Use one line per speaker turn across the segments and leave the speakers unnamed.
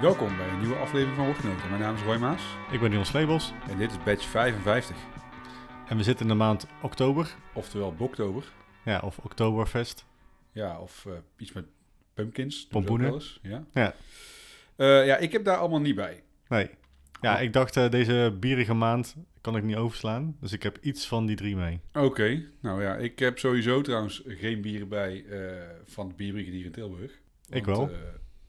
Welkom bij een nieuwe aflevering van Hoognoten. Mijn naam is Roy Maas
Ik ben Niels Lebels
en dit is batch 55,
en we zitten in de maand oktober.
oftewel Boktober.
Ja, of Oktoberfest.
Ja, of eh, iets met pumpkins. doen ze
Pompoenen.
ook wel eens, Ja.
Ja.
Eh, ja, ik heb daar allemaal niet bij.
Nee. Ja,
Oh.
ik dacht eh, deze bierige maand kan ik niet overslaan. Dus ik heb iets van die drie mee.
Oké, nou ja, ik heb sowieso trouwens geen bieren bij eh, van de bierbrigadier in Tilburg.
Ik wel.
eh,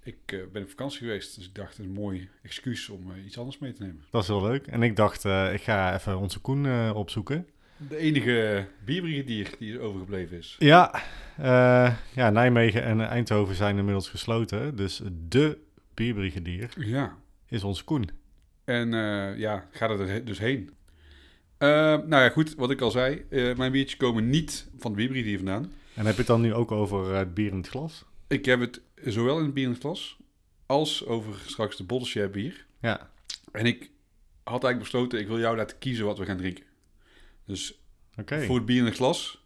ik eh, ben op vakantie geweest, dus ik dacht een mooi excuus om eh, iets anders mee te nemen.
Dat is heel leuk. En ik dacht, eh, ik ga even onze Koen eh, opzoeken.
De enige bierbrigadier die er overgebleven is.
Ja, eh, ja, Nijmegen en Eindhoven zijn inmiddels gesloten. Dus de bierbrigadier
Ja,
is onze Koen.
En eh, ja, ga er he- dus heen. Eh, nou ja, goed, wat ik al zei. eh, mijn biertjes komen niet van de bierbrief hier vandaan.
En heb je het dan nu ook over eh, het bier in het glas?
Ik heb het zowel in het bier in het glas als over straks de bottleshare bier.
Ja.
En ik had eigenlijk besloten, ik wil jou laten kiezen wat we gaan drinken. Dus
Oké.
voor het bier in het glas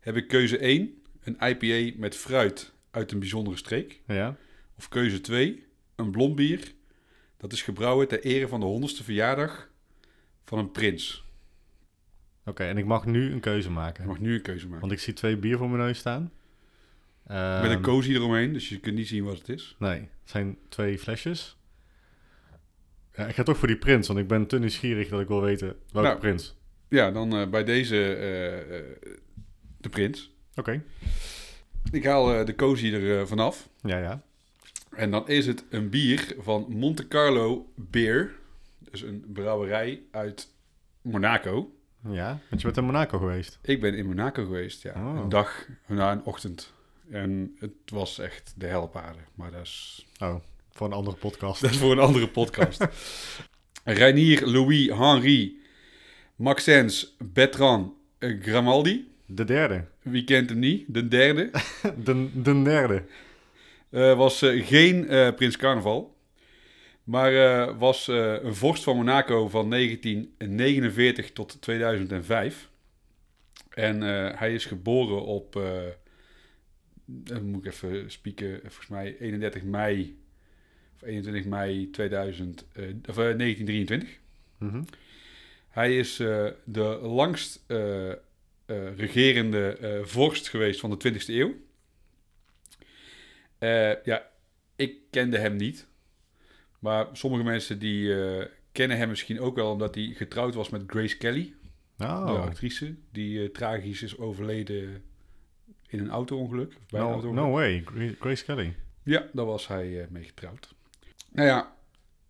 heb ik keuze 1, een IPA met fruit uit een bijzondere streek.
Ja.
Of keuze 2, een blond bier. Dat is gebrouwen ter ere van de 100ste verjaardag van een prins.
Oké, en ik mag nu een keuze
Je
maken.
mag nu een keuze maken.
Want ik zie twee bier voor mijn neus staan.
Met
Ehm,
een cozy eromheen, dus je kunt niet zien wat het is.
Nee, het zijn twee flesjes. Ja, ik ga toch voor die prins, want ik ben te nieuwsgierig dat ik wil weten welke
Nou.
prins.
Ja, dan eh, bij deze eh, eh, de prins.
Oké,
Ik haal eh, de cozy er eh, vanaf.
ja, ja.
En dan is het een bier van Monte Carlo Beer. Dus een brouwerij uit Monaco.
Ja, want je bent in Monaco geweest.
Ik ben in Monaco geweest, ja.
Oh.
Een dag, na een ochtend. En het was echt de helpaarde. Maar dat is,
Oh, voor een andere podcast.
dat is voor een andere podcast. Reinier Louis Henri Maxence Bertrand eh, Grimaldi.
De derde.
Wie kent hem niet? De derde.
De, de derde.
Eh, was eh, geen eh, Prins Carnaval. Maar eh, was eh, een vorst van Monaco van 1949 tot 2005. En eh, hij is geboren op. eh, dan moet ik even spieken. Volgens mij 31 mei. Of 21 mei 2000, eh, of, eh, 1923.
Mhm.
Hij is eh, de langst eh, eh, regerende eh, vorst geweest van de 20e eeuw. Eh, ja, ik kende hem niet. Maar sommige mensen die eh, kennen hem misschien ook wel omdat hij getrouwd was met Grace Kelly, de
Oh,
actrice, die eh, tragisch is overleden in een auto-ongeluk. of Bij een
no,
auto-ongeluk.
no way. Gra- Grace Kelly.
Ja, daar was hij eh, mee getrouwd. Nou ja,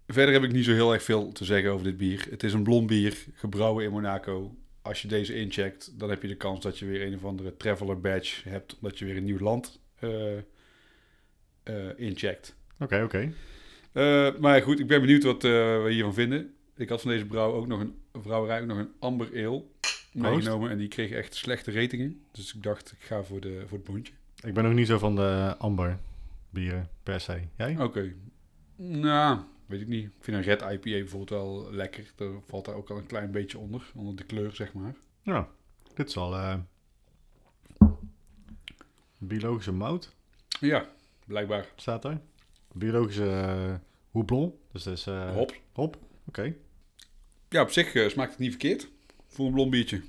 verder heb ik niet zo heel erg veel te zeggen over dit bier. Het is een blond bier, gebrouwen in Monaco. Als je deze incheckt, dan heb je de kans dat je weer een of andere traveler badge hebt, omdat je weer een nieuw land eh, eh, incheckt.
Oké, oké.
Eh, maar goed, ik ben benieuwd wat eh, we hiervan vinden. Ik had van deze brouw ook nog een brouwerij ook nog een amber ale meegenomen en die kreeg echt slechte ratingen. Dus ik dacht, ik ga voor, de, voor het bondje.
Ik ben ook niet zo van de amber bieren per se. Jij?
Oké. Nou, weet ik niet. Ik vind een red IPA bijvoorbeeld wel lekker. Daar valt daar ook al een klein beetje onder. Onder de kleur, zeg maar.
Ja, dit is al eh, biologische mout.
Ja, blijkbaar.
staat daar. Biologische eh, houblon. Dus dat is eh,
Hop.
hop. Oké.
Ja, op zich eh, smaakt het niet verkeerd. Voor een blond biertje.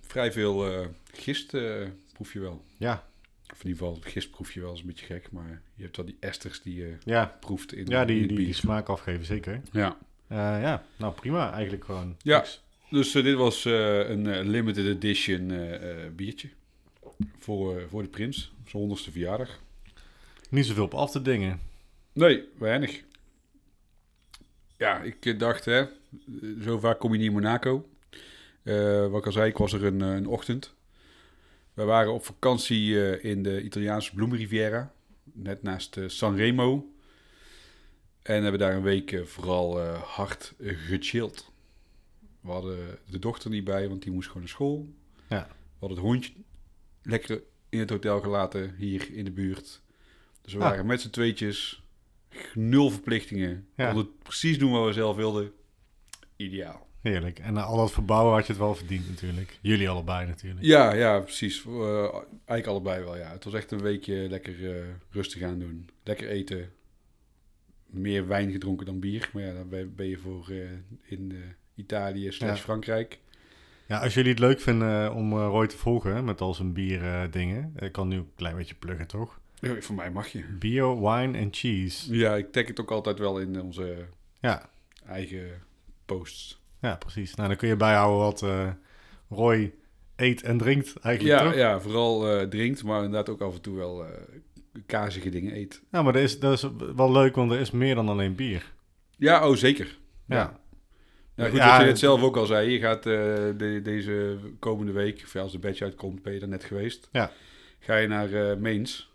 Vrij veel eh, gist eh, proef je wel.
Ja,
Of in ieder geval, gist proef je wel. is een beetje gek. Maar je hebt wel die esters die je
ja.
proeft in,
ja
in
die,
het
die,
bier.
die smaak afgeven, zeker.
Ja.
Eh, ja, nou prima eigenlijk gewoon.
Ja.
Niks.
Dus eh, dit was eh, een eh, limited edition eh, eh, biertje. Voor, eh, voor de prins. Zijn honderdste verjaardag.
Niet zoveel op af te dingen.
Nee, weinig. Ja, ik eh, dacht, hè, zo vaak kom je niet in Monaco. Eh, wat ik al zei, ik was er een, eh, een ochtend. We waren op vakantie eh, in de Italiaanse Bloemriviera, net naast eh, Sanremo. En hebben daar een week eh, vooral eh, hard eh, gechilled. We hadden de dochter niet bij, want die moest gewoon naar school.
Ja.
We hadden het hondje lekker in het hotel gelaten, hier in de buurt. Dus we
Ah.
waren met z'n tweetjes, nul verplichtingen.
Ja.
Konden precies doen wat we zelf wilden. Ideaal.
Heerlijk. En na al dat verbouwen had je het wel verdiend natuurlijk. Jullie allebei natuurlijk.
Ja, ja, precies. Eh, eigenlijk allebei wel, ja. Het was echt een weekje lekker eh, rustig aan doen. Lekker eten. meer wijn gedronken dan bier. Maar ja, dan ben- ben je voor eh, in eh, Italië slash
Ja.
Frankrijk.
Ja, als jullie het leuk vinden eh, om eh, Roy te volgen hè, met al zijn bier eh, dingen. Ik kan nu een klein beetje pluggen, toch?
Ja, voor mij mag je.
Bio, wine en cheese.
Ja, ik tag het ook altijd wel in onze
Ja,
eigen posts.
ja precies. Nou, dan kun je bijhouden wat eh, Roy eet en drinkt eigenlijk,
Ja,
toch?
ja vooral eh, drinkt, maar inderdaad ook af en toe wel eh, kazige dingen eet.
Ja, maar dat is, dat is wel leuk, want er is meer dan alleen bier.
Ja, oh zeker.
Ja.
Ja. Nou, goed,
Ja,
wat je net
het-
zelf ook al zei, je gaat eh, de- deze komende week, of ja, als de badge uitkomt, ben je er net geweest.
Ja.
Ga je naar eh Meens.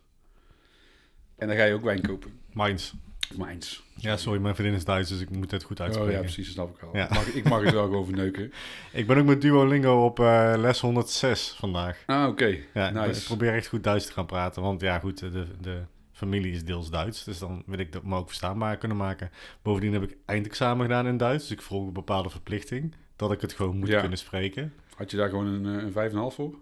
En dan ga je ook wijn kopen.
Mainz.
Meens.
Ja, sorry, mijn vriendin is Duits, dus ik moet het goed
Oh ja,
uitspreken.
precies, dat snap ik al.
Ja.
Ik Mag, ik mag het wel gewoon verneuken.
ik ben ook met Duolingo op eh, les 106 vandaag.
Ah, oké.
Ja, ik ben-
Nice.
ik probeer echt goed Duits te gaan praten, want ja, goed, de, de familie is deels Duits, dus dan wil ik dat me ook verstaanbaar kunnen maken. Bovendien heb ik eindexamen gedaan in Duits, dus ik voel een bepaalde verplichting dat ik het gewoon moet
Ja.
kunnen spreken.
Had je daar gewoon een, eh, een 5,5 voor?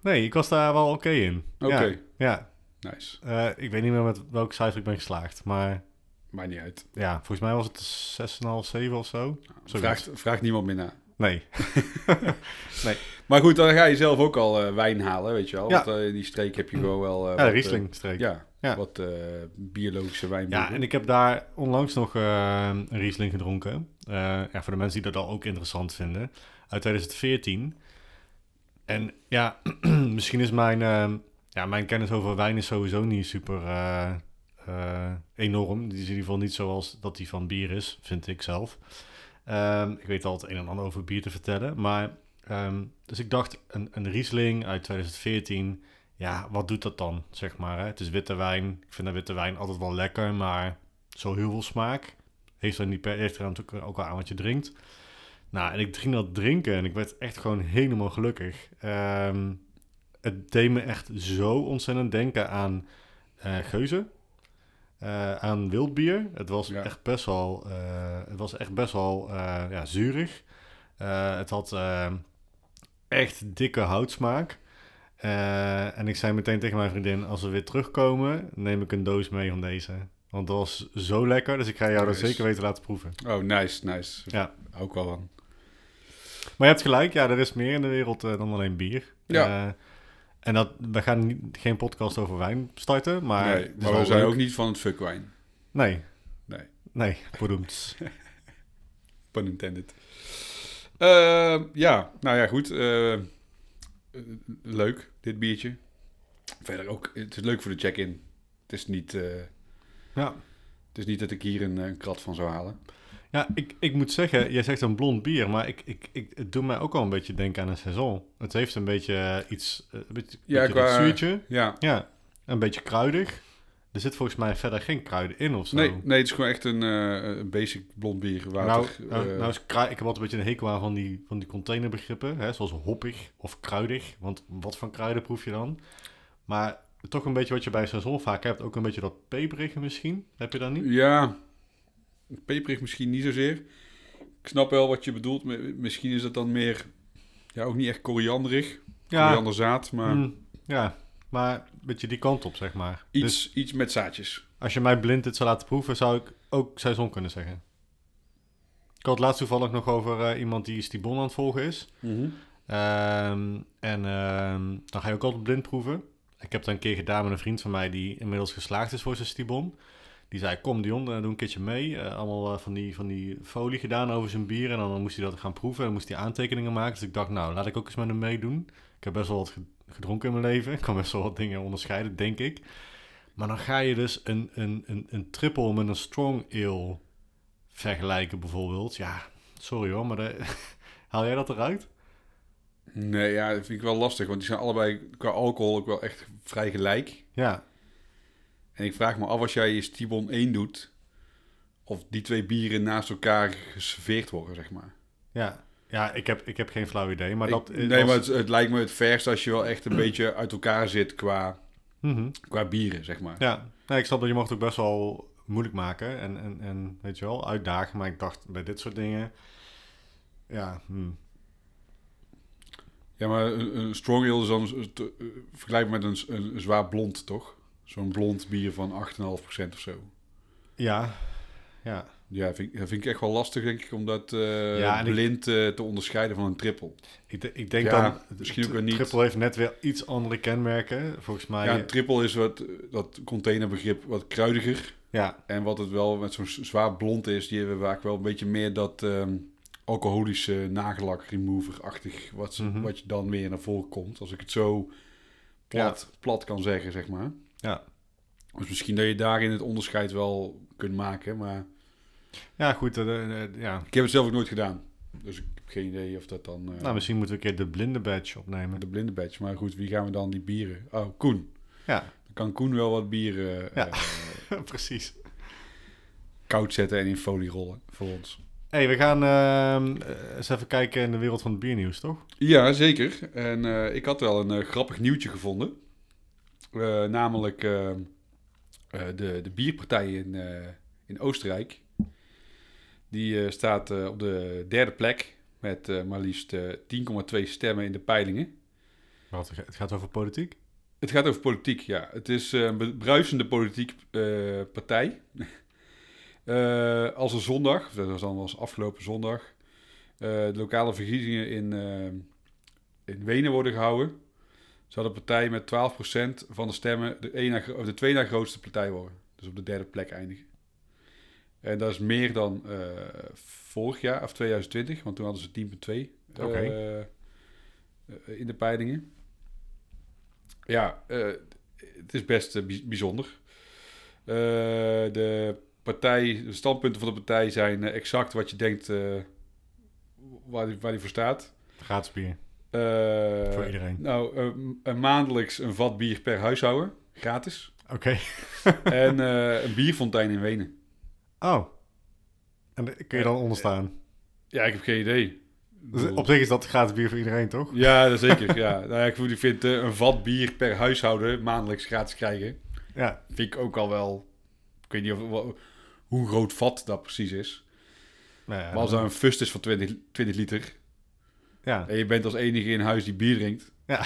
Nee, ik was daar wel oké in.
Oké,
Ja, ja.
nice.
Eh, ik weet niet meer met welk cijfer ik ben geslaagd, maar
Maakt niet uit.
ja, volgens mij was het 6,5, 7 of zo. Zoiets.
Vraagt, vraagt niemand meer na.
Nee.
Maar goed, dan ga je zelf ook al eh, wijn halen, weet je wel.
Ja.
Want eh, in die streek heb je gewoon wel... eh,
Ja,
wat,
Riesling-streek.
eh, ja,
Ja.
wat eh, biologische wijn.
Ja, en ik heb daar onlangs nog eh, een Riesling gedronken. Eh, ja, voor de mensen die dat al ook interessant vinden. Uit 2014. En ja, misschien is mijn, eh, ja, mijn kennis over wijn is sowieso niet super eh, eh, enorm. Die is in ieder geval niet zoals dat die van bier is, vind ik zelf. Ehm, ik weet al het een en ander over bier te vertellen. Maar, ehm, dus ik dacht, een, een Riesling uit 2014 ja, wat doet dat dan, zeg maar? Hè? Het is witte wijn. Ik vind dat witte wijn altijd wel lekker, maar zo heel veel smaak. Heeft er, niet per, heeft er natuurlijk ook wel aan wat je drinkt. Nou, en ik ging dat drinken en ik werd echt gewoon helemaal gelukkig. Ehm, het deed me echt zo ontzettend denken aan eh geuzen. eh, aan wildbier. Het was
Ja.
echt best wel, eh, het was echt best wel eh, ja, zuurig. Eh, het had eh, echt dikke houtsmaak. Eh, en ik zei meteen tegen mijn vriendin: als we weer terugkomen, neem ik een doos mee van deze. Want dat was zo lekker, dus ik ga jou dat
Nice.
zeker weten laten proeven.
Oh, nice, nice.
Ja.
Hou ik wel aan.
Maar je hebt gelijk, ja, er is meer in de wereld eh, dan alleen bier.
Ja.
Eh, en dat, we gaan niet- geen podcast over wijn starten, maar.
nee,
het is
maar
wel
we zijn
leuk.
ook niet van het fuckwijn.
Nee,
Nee,
nee, beroemd.
pun intended. Eh, ja, nou ja, goed. eh, eh, leuk, dit biertje. Verder ook, het is leuk voor de check-in. Het is niet, eh,
ja,
het is niet dat ik hier een, eh, krat van zou halen.
ja ik, ik moet zeggen, jij zegt een blond bier, maar ik, ik, ik, het doet mij ook al een beetje denken aan een saison. Het heeft een beetje eh, iets, eh, een beetje,
Ja,
beetje dat
qua-
zuurtje.
Ja,
Ja, een beetje kruidig. Er zit volgens mij verder geen kruiden in of zo.
nee, nee, het is gewoon echt een eh, een basic blond bier.
nou,
Water,
nou,
eh,
nou is krui- ik heb altijd een beetje een hekel aan van die, van die containerbegrippen, hè, zoals hoppig of kruidig. Want wat voor kruiden proef je dan? Maar toch een beetje wat je bij Saison vaak hebt, ook een beetje dat peperige misschien. Heb je dat niet?
Ja, peperig misschien niet zozeer. Ik snap wel wat je bedoelt. maar Misschien is dat dan meer, ja, ook niet echt korianderig. Korianderzaad, maar
mm, ja, maar een beetje die kant op, zeg maar.
iets,
Dus
iets met zaadjes.
als je mij blind dit zou laten proeven, zou ik ook Saison kunnen zeggen. Ik had het laatst toevallig nog over eh, iemand die Stibon aan het volgen is. Ehm, en ehm, dan ga je ook altijd blind proeven. Ik heb dat een keer gedaan met een vriend van mij die inmiddels geslaagd is voor zijn stibon. Die zei, kom Dion, eh, doe een keertje mee. Eh, allemaal eh, van, die, van die folie gedaan over zijn bier. En dan moest hij dat gaan proeven en moest hij aantekeningen maken. Dus ik dacht, nou, laat ik ook eens met hem meedoen. Ik heb best wel wat ge- gedronken in mijn leven. Ik kan best wel wat dingen onderscheiden, denk ik. Maar dan ga je dus een, een, een, een triple met een strong ale vergelijken bijvoorbeeld. Ja, sorry hoor, maar dat- haal jij dat eruit?
Nee, ja, dat vind ik wel lastig. Want die zijn allebei qua alcohol ook wel echt vrij gelijk.
Ja,
En ik vraag me af als jij je Stibon 1 doet... of die twee bieren naast elkaar geserveerd worden, zeg maar.
ja. Ja, ik heb, ik heb geen flauw idee, maar
Ik-
dat...
nee,
dat-
maar het, het lijkt me het verst als je wel echt een beetje uit elkaar zit qua,
Mhm.
qua bieren, zeg maar.
Ja, nee, ik snap dat je mag het ook best wel moeilijk maken en, en, en weet je wel, uitdagen. Maar ik dacht bij dit soort dingen, ja, hm.
Ja, maar eh, een, een strong ale is dan z- te- eh, vergelijkbaar met een, s- een, een zwaar blond, toch? Zo'n blond bier van 8,5% of zo.
ja, Ja.
Ja, vind, ik- ja, vind ik echt wel lastig, denk ik, om dat eh,
Ja, en ik-
blind eh, te onderscheiden van een triple.
Ik, de- ik denk
Ja,
dan,
misschien ook
tri-
weer niet.
Triple heeft net weer iets andere kenmerken, volgens mij.
ja,
Ja,
een triple is wat, eh, dat containerbegrip wat kruidiger. En wat het wel met zo'n z- zwaar blond is, die hebben vaak wel een beetje meer dat ehm, alcoholische nagelak remover-achtig. Wat, ze-
Mhm.
wat je dan weer naar voren komt. Als ik het zo plat, plat kan zeggen, zeg maar.
Ja.
Dus misschien dat je daarin het onderscheid wel kunt maken. Maar
ja goed. eh, eh, eh, ja.
ik heb het zelf ook nooit gedaan. Dus ik heb geen idee of dat dan. eh,
Nou, misschien moeten we een keer de blinde badge opnemen.
de blinde badge. Maar goed, wie gaan we dan die bieren? Oh, Koen.
Ja,
Dan kan Koen wel wat bieren eh,
Ja. precies.
koud zetten en in folie rollen voor ons.
hey, we gaan ehm, eh, eens even kijken in de wereld van het biernieuws, toch?
Ja, zeker. En eh, ik had wel een eh, grappig nieuwtje gevonden. Eh, namelijk eh, eh, de, de bierpartij in, eh, in Oostenrijk. Die eh, staat eh, op de derde plek met eh, maar liefst eh, 10,2 stemmen in de peilingen.
Wat, het gaat over politiek?
Het gaat over politiek, ja. Het is eh, een be- bruisende politiek eh, partij. Eh, als een zondag, of dat was dan als afgelopen zondag, eh, de lokale verkiezingen in, eh, in Wenen worden gehouden, zou de partij met 12% van de stemmen de, één na gro- of de twee na grootste partij worden. Dus op de derde plek eindigen. En dat is meer dan eh, vorig jaar, of 2020, want toen hadden ze 10,2 eh,
Oké.
eh, in de peilingen. Ja, eh, het is best eh, bij- bijzonder. Eh, de, partij, de standpunten van de partij zijn eh, exact wat je denkt eh, waar, die, waar die voor staat.
Gratis bier,
Eh,
voor iedereen.
nou, eh, m- eh, maandelijks een vat bier per huishouden, gratis.
Oké.
en eh, een bierfontein in Wenen.
Oh. En daar kun je dan onderstaan?
Ja, ik heb geen idee. Ik
Dus
bedoel-
op zich is dat gratis bier voor iedereen, toch?
Ja, dat zeker. ja. Nou, ja, ik vind- ik vind eh, een vat bier per huishouden maandelijks gratis krijgen.
Ja.
Vind ik ook al wel. Ik weet niet of, wa- hoe groot vat dat precies is.
Nou ja,
Maar als dat een fust is van 20, 20 liter
ja.
en je bent als enige in huis die bier drinkt,
ja.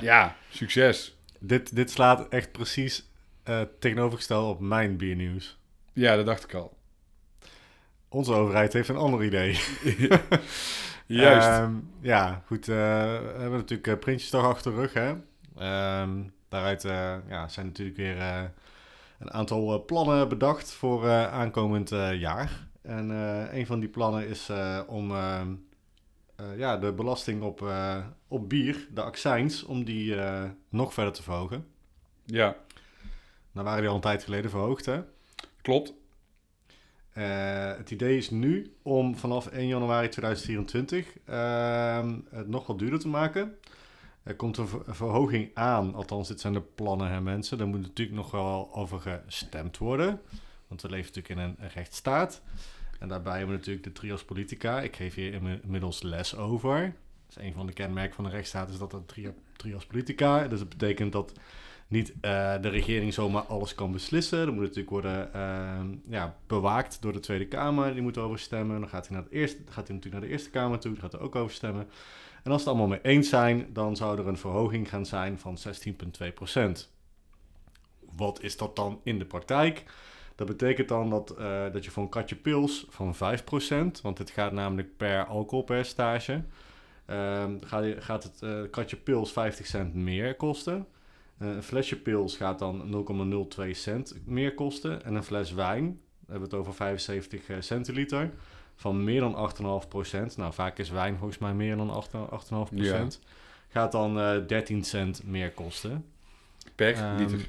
ja, succes.
Dit, dit slaat echt precies eh, tegenovergesteld op mijn biernieuws.
Ja, dat dacht ik al.
Onze overheid heeft een ander idee.
Juist.
Ehm, ja, goed. eh, we hebben natuurlijk eh, Prinsjesdag achter de rug, hè. Ehm, daaruit eh, ja, zijn natuurlijk weer eh, een aantal eh, plannen bedacht voor eh, aankomend eh, jaar. En eh, een van die plannen is eh, om eh, eh, ja, de belasting op, eh, op bier, de accijns, om die eh, nog verder te verhogen.
ja,
Nou waren die al een tijd geleden verhoogd, hè.
klopt.
Eh, het idee is nu om vanaf 1 januari 2024 ehm, het nog wat duurder te maken. Er komt een ver- een verhoging aan, althans dit zijn de plannen hè mensen. Daar moet natuurlijk nog wel over gestemd worden, want we leven natuurlijk in een een rechtsstaat. En daarbij hebben we natuurlijk de trios politica. Ik geef hier inmi- inmiddels les over. Dus een van de kenmerken van de rechtsstaat is dat een trio- trios politica. Dus dat betekent dat niet eh, de regering zomaar alles kan beslissen. Er moet natuurlijk worden eh, ja, bewaakt door de Tweede Kamer. Die moet erover stemmen. Dan gaat hij, naar het eerste, gaat hij natuurlijk naar de Eerste Kamer toe. Die gaat er ook over stemmen. En als ze het allemaal mee eens zijn, dan zou er een verhoging gaan zijn van 16,2%. Wat is dat dan in de praktijk? Dat betekent dan dat, eh, dat je voor een katje pils van 5%, want dit gaat namelijk per alcoholpercentage, ehm, ga je- gaat het eh, katje pils 50 cent meer kosten. Eh, een flesje pils gaat dan 0,02 cent meer kosten. En een fles wijn, we hebben we het over 75 eh, centiliter, van meer dan 8,5 procent. Nou, vaak is wijn volgens mij meer dan eh, 8,5 procent. Gaat dan eh 13 cent meer kosten.
Per
Ehm,
liter.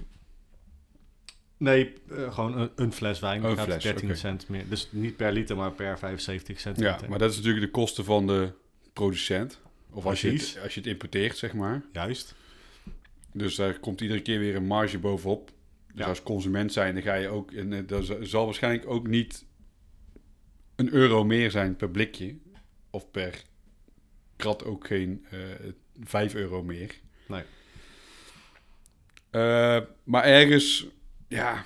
Nee, eh, gewoon een, een fles wijn.
Oh, een
gaat
fles,
13
oké.
cent meer. Dus niet per liter, maar per 75
Ja,
centiliter.
maar dat is natuurlijk de kosten van de producent. Of als je, het,
Precies.
als je het importeert, zeg maar.
Juist.
Dus daar komt iedere keer weer een marge bovenop. Dus
Ja.
als consument zijn, dan ga je ook... En eh, dat z- zal waarschijnlijk ook niet een euro meer zijn per blikje. Of per krat ook geen eh 5 euro meer.
Nee.
Eh, maar ergens, ja...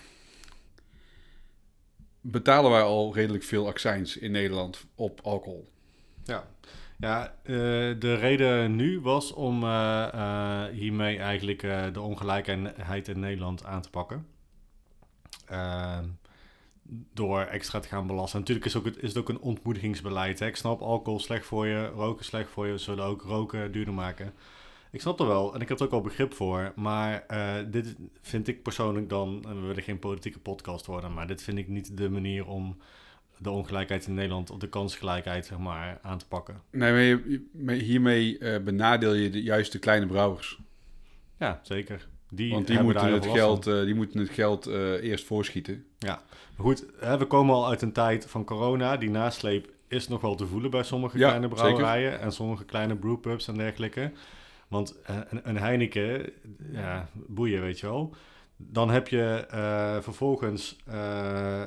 Betalen wij al redelijk veel accijns in Nederland op alcohol.
Ja, ja eh, de reden nu was om eh, eh, hiermee eigenlijk eh, de ongelijkheid in Nederland aan te pakken. Ehm, door extra te gaan belasten. Natuurlijk is, ook het, is het ook een ontmoedigingsbeleid. Hè? Ik snap alcohol slecht voor je, roken slecht voor je. We zullen ook roken duurder maken. Ik snap er wel en ik heb er ook al begrip voor. Maar eh, dit vind ik persoonlijk dan, en we willen geen politieke podcast worden, maar dit vind ik niet de manier om de ongelijkheid in Nederland, of de kansgelijkheid, zeg maar, aan te pakken.
Nee, maar je- maar hiermee eh, benadeel je de, juist de kleine brouwers.
Ja, zeker. Die
Want die
hebben daar
moeten, het
heel veel last
geld, eh, die moeten het geld eh, eerst voorschieten.
van. Maar Goed, hè, we komen al uit een tijd van corona. Die nasleep is nog wel te voelen bij sommige
Ja,
kleine brouwerijen en sommige kleine brewpubs en dergelijke. Want eh, een, een Heineken, ja, boeien, weet je wel. Dan heb je eh, vervolgens eh,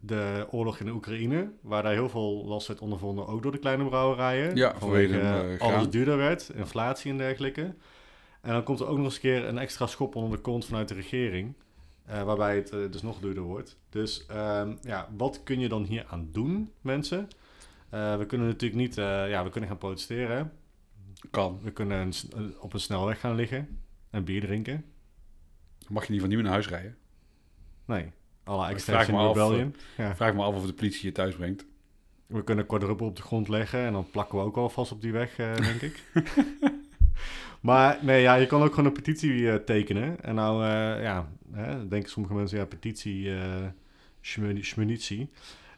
de oorlog in de Oekraïne, waar daar heel veel last werd ondervonden, ook door de kleine brouwerijen.
Ja,
vanwege
vanwege, eh,
eh, alles
graan.
duurder werd, inflatie en dergelijke. En dan komt er ook nog eens een keer een extra schop onder de kont vanuit de regering, eh, waarbij het eh, dus nog duurder wordt. Dus ehm, ja, wat kun je dan hier aan doen, mensen? Eh, we kunnen natuurlijk niet, eh, ja, we kunnen gaan protesteren.
Kan.
We kunnen een s- een- op een snelweg gaan liggen en bier drinken.
Dan mag je in ieder geval niet meer naar huis rijden.
Nee, alle
Ik
Extinction
vraag me af,
Rebellion. Ja.
Vraag me af of de politie je thuis brengt.
We kunnen quadruppel op de grond leggen en dan plakken we ook al vast op die weg, eh, denk ik. maar nee, ja, je kan ook gewoon een petitie eh, tekenen. En nou, eh, ja, hè, dan denken sommige mensen, ja, petitie, eh schmuni- schmunitie.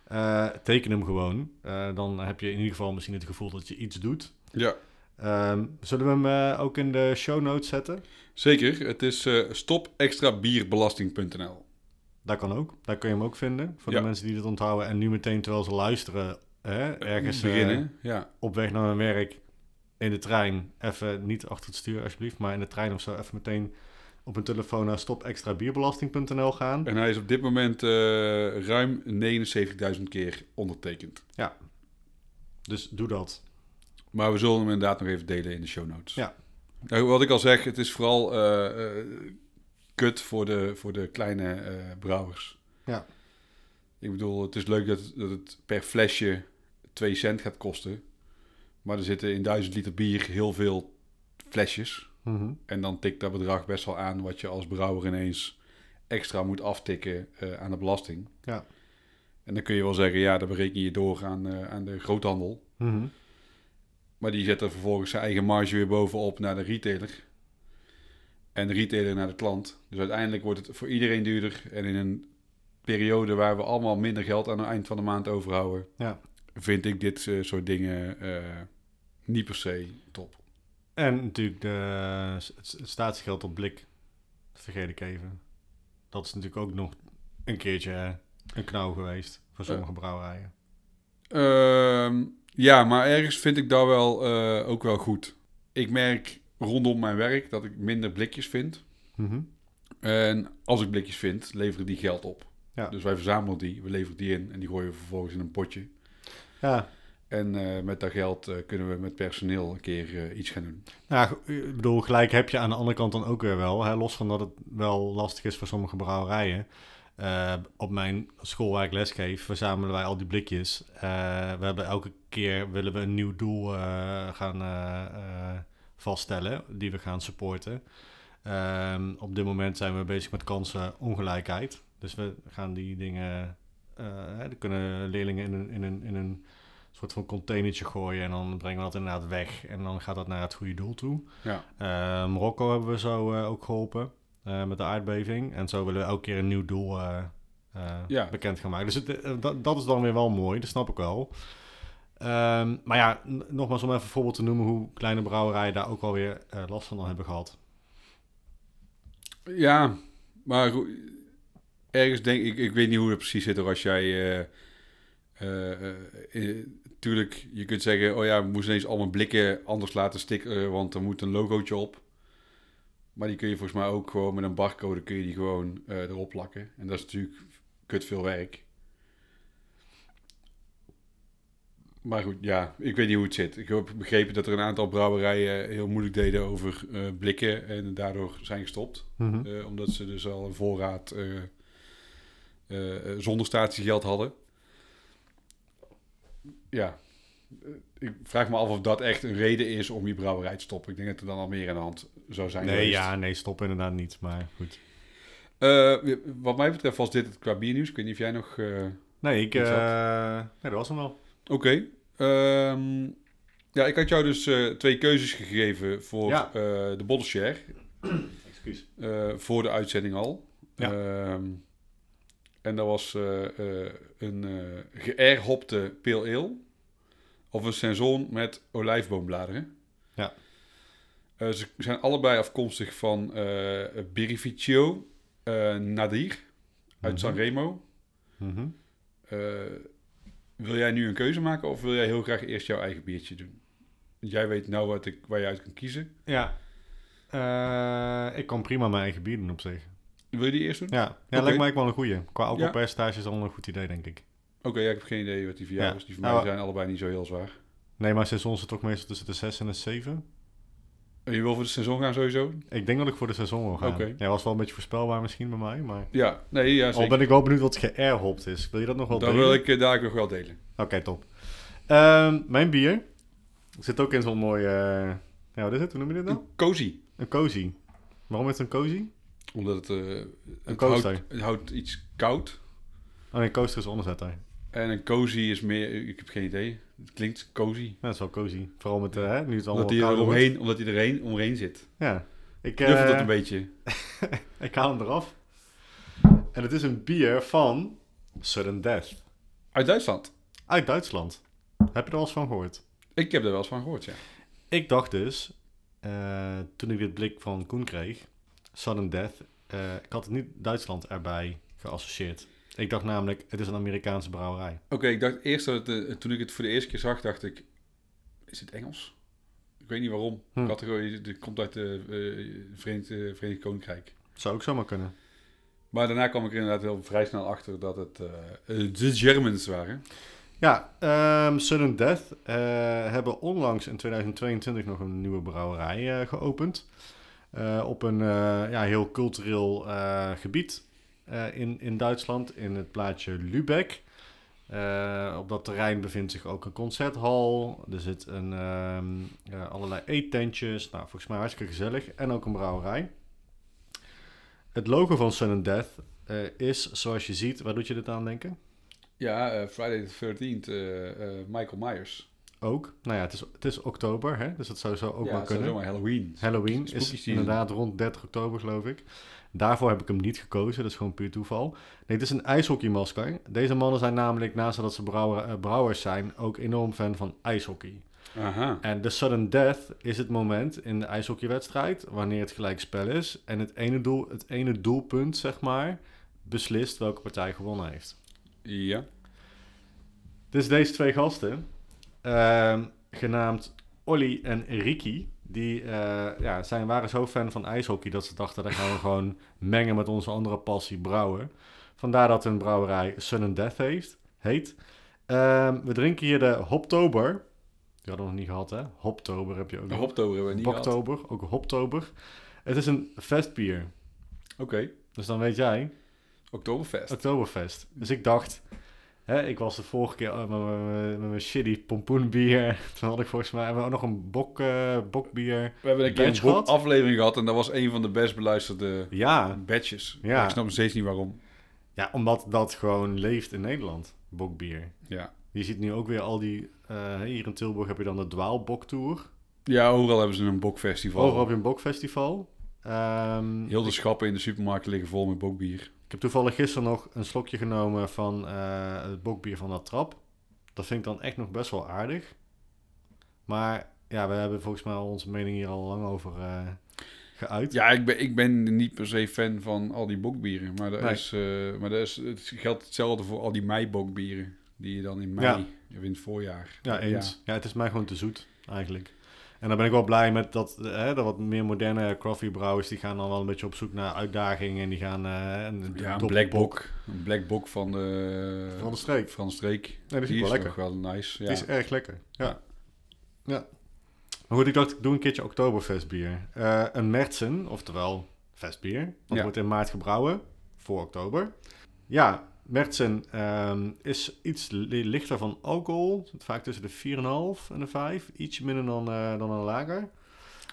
Eh, teken hem gewoon. Eh, dan heb je in ieder geval misschien het gevoel dat je iets doet.
Ja,
Ehm, zullen we hem eh, ook in de show notes zetten?
zeker. Het is eh stopextrabierbelasting.nl.
Daar kan ook. Daar kun je hem ook vinden. Voor
Ja.
de mensen die dit onthouden en nu meteen terwijl ze luisteren, hè, ergens eh,
beginnen. Ja,
op weg naar hun werk in de trein. Even niet achter het stuur alsjeblieft, maar in de trein of zo even meteen op hun telefoon naar stopextrabierbelasting.nl gaan.
en hij is op dit moment eh, ruim 79.000 keer ondertekend.
Dus doe dat.
Maar we zullen hem inderdaad nog even delen in de show notes.
Ja.
Nou, wat ik al zeg, het is vooral eh, eh, kut voor de, voor de kleine eh, brouwers.
Ja.
Ik bedoel, het is leuk dat, het- dat het per flesje 2 cent gaat kosten. Maar er zitten in 1000 liter bier heel veel flesjes. En dan tikt dat bedrag best wel aan wat je als brouwer ineens extra moet aftikken eh, aan de belasting.
Ja.
En dan kun je wel zeggen, ja, dat bereken je door aan, eh, aan de groothandel.
Mhm.
Maar die zet er vervolgens zijn eigen marge weer bovenop naar de retailer. En de retailer naar de klant. Dus uiteindelijk wordt het voor iedereen duurder. En in een periode waar we allemaal minder geld aan het eind van de maand overhouden,
Ja.
vind ik dit eh, soort dingen eh, niet per se top.
En natuurlijk de, het, het statiegeld op blik. Dat vergeet ik even. Dat is natuurlijk ook nog een keertje eh, een knauw geweest voor sommige brouwerijen.
Ehm, ja, maar ergens vind ik dat wel eh, ook wel goed. Ik merk rondom mijn werk dat ik minder blikjes vind. En als ik blikjes vind, leveren die geld op.
Ja.
Dus wij verzamelen die, we leveren die in en die gooien we vervolgens in een potje.
Ja,
En eh, met dat geld eh, kunnen we met personeel een keer eh, iets gaan doen.
Nou, ja, ik bedoel, gelijk heb je aan de andere kant dan ook weer wel. Hè, los van dat het wel lastig is voor sommige brouwerijen. Eh, op mijn school waar ik lesgeef, verzamelen wij al die blikjes. Eh, we hebben elke keer willen we een nieuw doel eh, gaan eh, eh, vaststellen, die we gaan supporten. Ehm, op dit moment zijn we bezig met kansenongelijkheid. Dus we gaan die dingen. eh hè, dan kunnen leerlingen in een, in, een, in een soort van containertje gooien. En dan brengen we dat inderdaad weg. En dan gaat dat naar het goede doel toe.
Ja.
Eh, Marokko hebben we zo eh, ook geholpen eh, met de aardbeving. En zo willen we elke keer een nieuw doel eh, eh,
Ja.
bekend gaan maken. Dus het, eh, dat, dat is dan weer wel mooi, dat snap ik wel. Ehm, maar ja, n- nogmaals om even een voorbeeld te noemen hoe kleine brouwerijen daar ook alweer eh, last van hebben gehad.
Ja, maar goed, ergens denk ik, ik weet niet hoe dat precies zit hoor, als jij... eh, eh, eh, eh, tuurlijk, je kunt zeggen, oh ja, we moesten ineens allemaal blikken anders laten stikken, eh, want er moet een logootje op. Maar die kun je volgens mij ook gewoon met een barcode kun je die gewoon eh, erop plakken. En dat is natuurlijk kut veel werk. Maar goed, ja, ik weet niet hoe het zit. Ik heb begrepen dat er een aantal brouwerijen heel moeilijk deden over eh, blikken en daardoor zijn gestopt. Eh, omdat ze dus al een voorraad eh, eh, eh, zonder statiegeld hadden. Ja, Eh, ik vraag me af of dat echt een reden is om je brouwerij te stoppen. Ik denk dat er dan al meer aan de hand zou zijn.
nee,
geweest.
ja, nee, stop inderdaad niet. Maar goed.
Eh, Eh, wat mij betreft was dit het qua biernieuws. Ik weet niet of jij nog... eh,
Nee, ik,
Is dat-
eh, nee, dat was hem wel.
Oké. Ehm, ja, ik had jou dus eh, twee keuzes gegeven voor
Ja.
eh, de bottle share.
Excuus.
eh, voor de uitzending al.
Ja.
Ehm, en dat was eh, eh, een eh geërhopte peel ale. Of een saison met olijfboombladeren.
Ja.
Eh, ze zijn allebei afkomstig van eh Birrificio eh, Nadir uit
Mhm.
Sanremo. Eh, wil jij nu een keuze maken of wil jij heel graag eerst jouw eigen biertje doen? Want jij weet nou wat ik, waar je uit kan kiezen.
Ja. Eh, ik kan prima mijn eigen bier doen op zich.
Wil je die eerst doen?
Ja, ja
Oké.
lijkt mij ook wel een goeie. Qua alcoholpercentage is dat wel een goed idee, denk ik.
Oké, ja, ik heb geen idee wat die voor jou
Ja.
is. Die voor mij
Nou,
zijn allebei niet zo heel zwaar.
Nee, maar seizoen zit toch meestal tussen de 6 en de 7.
Je wil voor de seizoen gaan sowieso?
Ik denk dat ik voor de seizoen wil gaan.
Oké.
Ja, was wel een beetje voorspelbaar misschien bij mij, maar...
Ja, nee, ja,
Al
zeker.
ben ik wel benieuwd wat geairhopt is. Wil je dat nog wel
Dan
delen?
wil ik eh, daar nog wel delen.
Oké, top. Ehm, mijn bier zit ook in zo'n mooi... eh, Ja, wat is het? Hoe noem je dit dan?
Een cozy.
Een cozy. Waarom is het een cozy?
Omdat het, eh, het, houdt,
coaster.
het houdt iets koud.
Oh nee, coaster is onderzetter.
En een cozy is meer... Ik heb geen idee. Het klinkt cozy.
Ja, dat is wel cozy. Vooral met, eh, hè, nu het allemaal
Omdat hij, er
kouder wordt.
omheen, omdat hij erheen omheen zit.
Ja. Ik,
Knuffelt
eh,
het een beetje.
ik haal hem eraf. En het is een bier van Sudden Death.
Uit Duitsland.
Uit Duitsland. Heb je er al eens van gehoord?
Ik heb daar wel eens van gehoord, ja.
Ik dacht dus, eh, toen ik dit blik van Koen kreeg, Sudden Death, eh, ik had het niet Duitsland erbij geassocieerd. Ik dacht namelijk, het is een Amerikaanse brouwerij.
Oké, ik dacht eerst dat het... eh, toen ik het voor de eerste keer zag, dacht ik... Is het Engels? Ik weet niet waarom.
Hm.
Categorie, het komt uit de eh, Verenigd, eh, Verenigd Koninkrijk.
Zou ook zomaar kunnen.
Maar daarna kwam ik er inderdaad heel vrij snel achter dat het eh, eh, de Germans waren.
Ja, ehm Sudden Death eh, hebben onlangs in 2022 nog een nieuwe brouwerij eh, geopend. Eh, op een eh, ja, heel cultureel eh, gebied eh, in, in Duitsland, in het plaatsje Lübeck. Eh, op dat terrein bevindt zich ook een concerthal. Er zit een, ehm, ja, allerlei eettentjes. Nou, volgens mij hartstikke gezellig. En ook een brouwerij. Het logo van Sudden Death eh, is, zoals je ziet, waar doet je dit aan denken?
Ja, eh, Friday the 13th, eh, eh, Michael Myers.
Ook. Nou ja, het is, het is oktober, hè? dus dat zou zo ook
ja,
wel
het
kunnen.
Is zomaar Halloween.
Halloween
Spooky
is
season.
inderdaad rond 30 oktober, geloof ik. Daarvoor heb ik hem niet gekozen, dat is gewoon puur toeval. Nee, het is een ijshockeymasker. Deze mannen zijn namelijk, naast dat ze brouwer, eh, brouwers zijn, ook enorm fan van ijshockey.
Aha.
En de sudden death is het moment in de ijshockeywedstrijd wanneer het gelijkspel is en het ene, doel, het ene doelpunt, zeg maar, beslist welke partij gewonnen heeft.
Ja.
Dus deze twee gasten, ehm, genaamd Olly en Ricky, die eh, ja, zijn, waren zo fan van ijshockey dat ze dachten, daar gaan we gewoon mengen met onze andere passie brouwen. Vandaar dat hun brouwerij Sun and Death heeft, heet. Ehm, we drinken hier de Hoptober. Die hadden we nog niet gehad, hè? Hoptober heb je ook. nog.
Hoptober hebben we niet gehad. Oké.
Boktober, ook Hoptober. Het is een festbier. Dus dan weet jij,
Oktoberfest.
Oktoberfest. Dus ik dacht, hè, ik was de vorige keer eh, met mijn- met mijn shitty pompoenbier. Toen had ik volgens mij hebben we ook nog een bok, eh, bokbier.
We hebben een keer een
Badge gehad?
boek- aflevering gehad en dat was een van de best beluisterde
Ja,
badges.
Ja.
Ik snap nog steeds niet waarom.
ja, omdat dat gewoon leeft in Nederland, bokbier.
Ja.
Je ziet nu ook weer al die, eh, hier in Tilburg heb je dan de Dwaalboktour.
Ja, overal hebben ze een bokfestival.
Overal heb je een bokfestival. Ehm,
Heel de schappen in de supermarkt liggen vol met bokbier.
Ik heb toevallig gisteren nog een slokje genomen van eh, het bokbier van dat trap. Dat vind ik dan echt nog best wel aardig. Maar ja, we hebben volgens mij al onze mening hier al lang over eh, geuit.
Ja, ik ben, ik ben niet per se fan van al die bokbieren. Maar, dat
Nee.
is, eh, maar dat is, het geldt hetzelfde voor al die meibokbieren. Die je dan in mei, of in het voorjaar.
Ja, eens. Ja. het is mij gewoon te zoet eigenlijk. En dan ben ik wel blij met dat, eh, hè, dat wat meer moderne coffeebrouwers, die gaan dan wel een beetje op zoek naar uitdagingen en die gaan... eh, en
Ja, een
dop-
black bok. Een black bok van eh, de,
Van de streek.
Frans Streek.
Nee, die vind ik
die
wel
is
lekker.
nog wel nice. Ja.
Die is erg lekker.
Ja.
Ja. ja. Maar goed, ik dacht, ik doe een keertje Oktoberfestbier. Eh, een Mertsen, oftewel Vestbier. Want het
Ja.
wordt in maart gebrouwen, voor oktober. Ja, Mertsen ehm, is iets li- lichter van alcohol. Zit Vaak tussen de 4,5 en de 5. Iets minder dan, eh, dan een lager.
Ook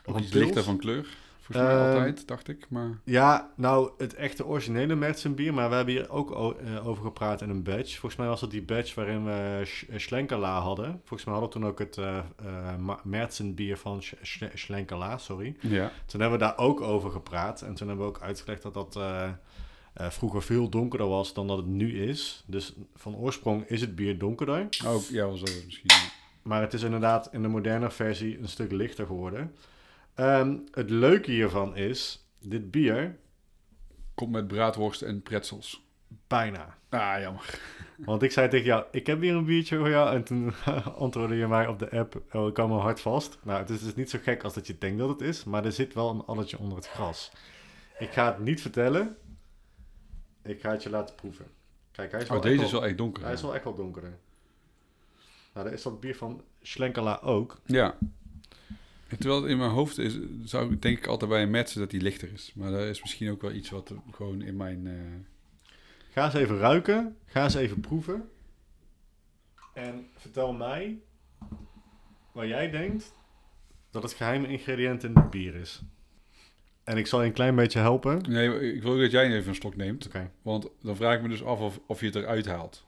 Of een
iets
pils.
lichter van kleur. Volgens mij
Ehm,
altijd, dacht ik. Maar
Ja, nou, het echte originele Märzenbier, maar we hebben hier ook o- eh, over gepraat in een badge. Volgens mij was dat die badge waarin we Sch- eh, Schlenkela hadden. Volgens mij hadden we toen ook het eh eh, Ma- Märzenbier van Sch- Sch- Schlenkela, sorry.
ja,
Toen hebben we daar ook over gepraat en toen hebben we ook uitgelegd dat dat eh, eh, vroeger veel donkerder was dan dat het nu is. Dus van oorsprong is het bier donkerder.
ook, Oh, ja, was dat het misschien.
Maar het is inderdaad in de moderne versie een stuk lichter geworden. Ehm, het leuke hiervan is, dit bier,
Komt met braadworst en pretzels.
bijna.
Ah, jammer.
Want ik zei tegen jou, ik heb hier een biertje voor jou. En toen antwoordde je mij op de app, oh, ik hou mijn hart vast. Nou, het is dus niet zo gek als dat je denkt dat het is. Maar er zit wel een alletje onder het gras. Ik ga het niet vertellen. Ik ga het je laten proeven. Kijk, hij is wel,
Oh, deze
echt,
is
wel,
wel echt donker.
hij is
ja.
wel echt wel donkerder. Nou, daar is dat bier van Schlenkela ook.
Ja. En Terwijl het in mijn hoofd is, zou ik denk ik altijd bij een matchen dat die lichter is. Maar dat is misschien ook wel iets wat gewoon in mijn... eh,
Ga eens even ruiken. Ga eens even proeven. En vertel mij waar jij denkt dat het geheime ingrediënt in dit bier is. En ik zal je een klein beetje helpen. Oké.
Nee, ik wil ook dat jij even een slok neemt. Want dan vraag ik me dus af of, of je het eruit haalt.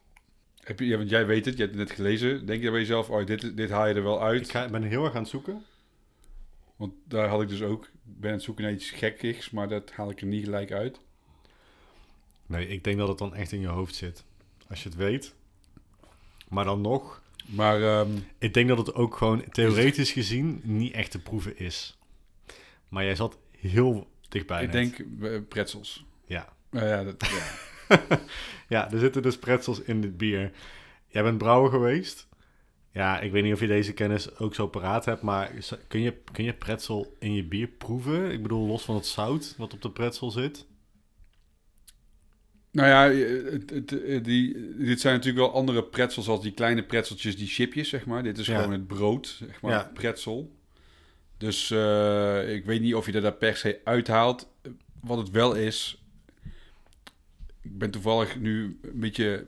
Heb je, ja, want jij weet het, je hebt het net gelezen. Denk je bij jezelf, oh, dit, dit haal je er wel
Ik
uit.
ga, ben heel erg aan het zoeken.
Want daar had ik dus ook. Ik ben aan het zoeken naar iets gekkigs, maar dat haal ik er niet gelijk uit.
Nee, ik denk dat het dan echt in je hoofd zit. Als je het weet. Maar dan nog.
Maar ehm,
Ik denk dat het ook gewoon theoretisch gezien niet echt te proeven is. Maar jij zat heel dichtbij.
ik
net.
denk eh, pretzels.
Ja.
Nou ja, dat, ja.
Ja, er zitten dus pretzels in dit bier. Jij bent brouwer geweest. Ja, ik weet niet of je deze kennis ook zo paraat hebt, maar is- kun je, kun je pretzel in je bier proeven? Ik bedoel, los van het zout wat op de pretzel zit.
Nou ja, het, het- het- die, dit zijn natuurlijk wel andere pretzels als die kleine pretzeltjes, die chipjes, zeg maar. Dit is
Ja.
gewoon het brood, zeg maar,
Ja.
pretzel. Dus eh, ik weet niet of je er daar per se uithaalt. Wat het wel is, ik ben toevallig nu een beetje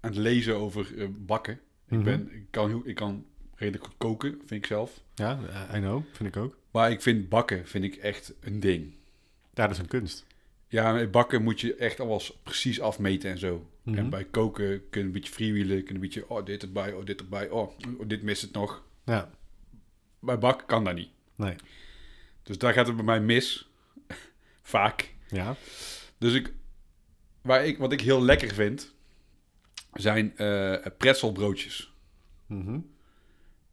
aan het lezen over eh, bakken.
Mhm.
ik, ben, ik, kan, heel- ik kan redelijk goed koken, vind ik zelf.
Ja, eh, I know, vind ik ook.
Maar ik vind bakken vind ik echt een ding.
Ja, dat is een kunst.
Ja, met bakken moet je echt alles precies afmeten en zo.
Mhm.
En bij koken kun je een beetje freewheelen, kun je een beetje, oh dit erbij, oh dit erbij, oh, oh, dit mist het nog.
Ja,
Bij bakken kan dat niet.
nee.
Dus daar gaat het bij mij mis. Vaak.
Ja,
Dus ik, waar ik, wat ik heel lekker vind, zijn eh pretzelbroodjes.
Mhm.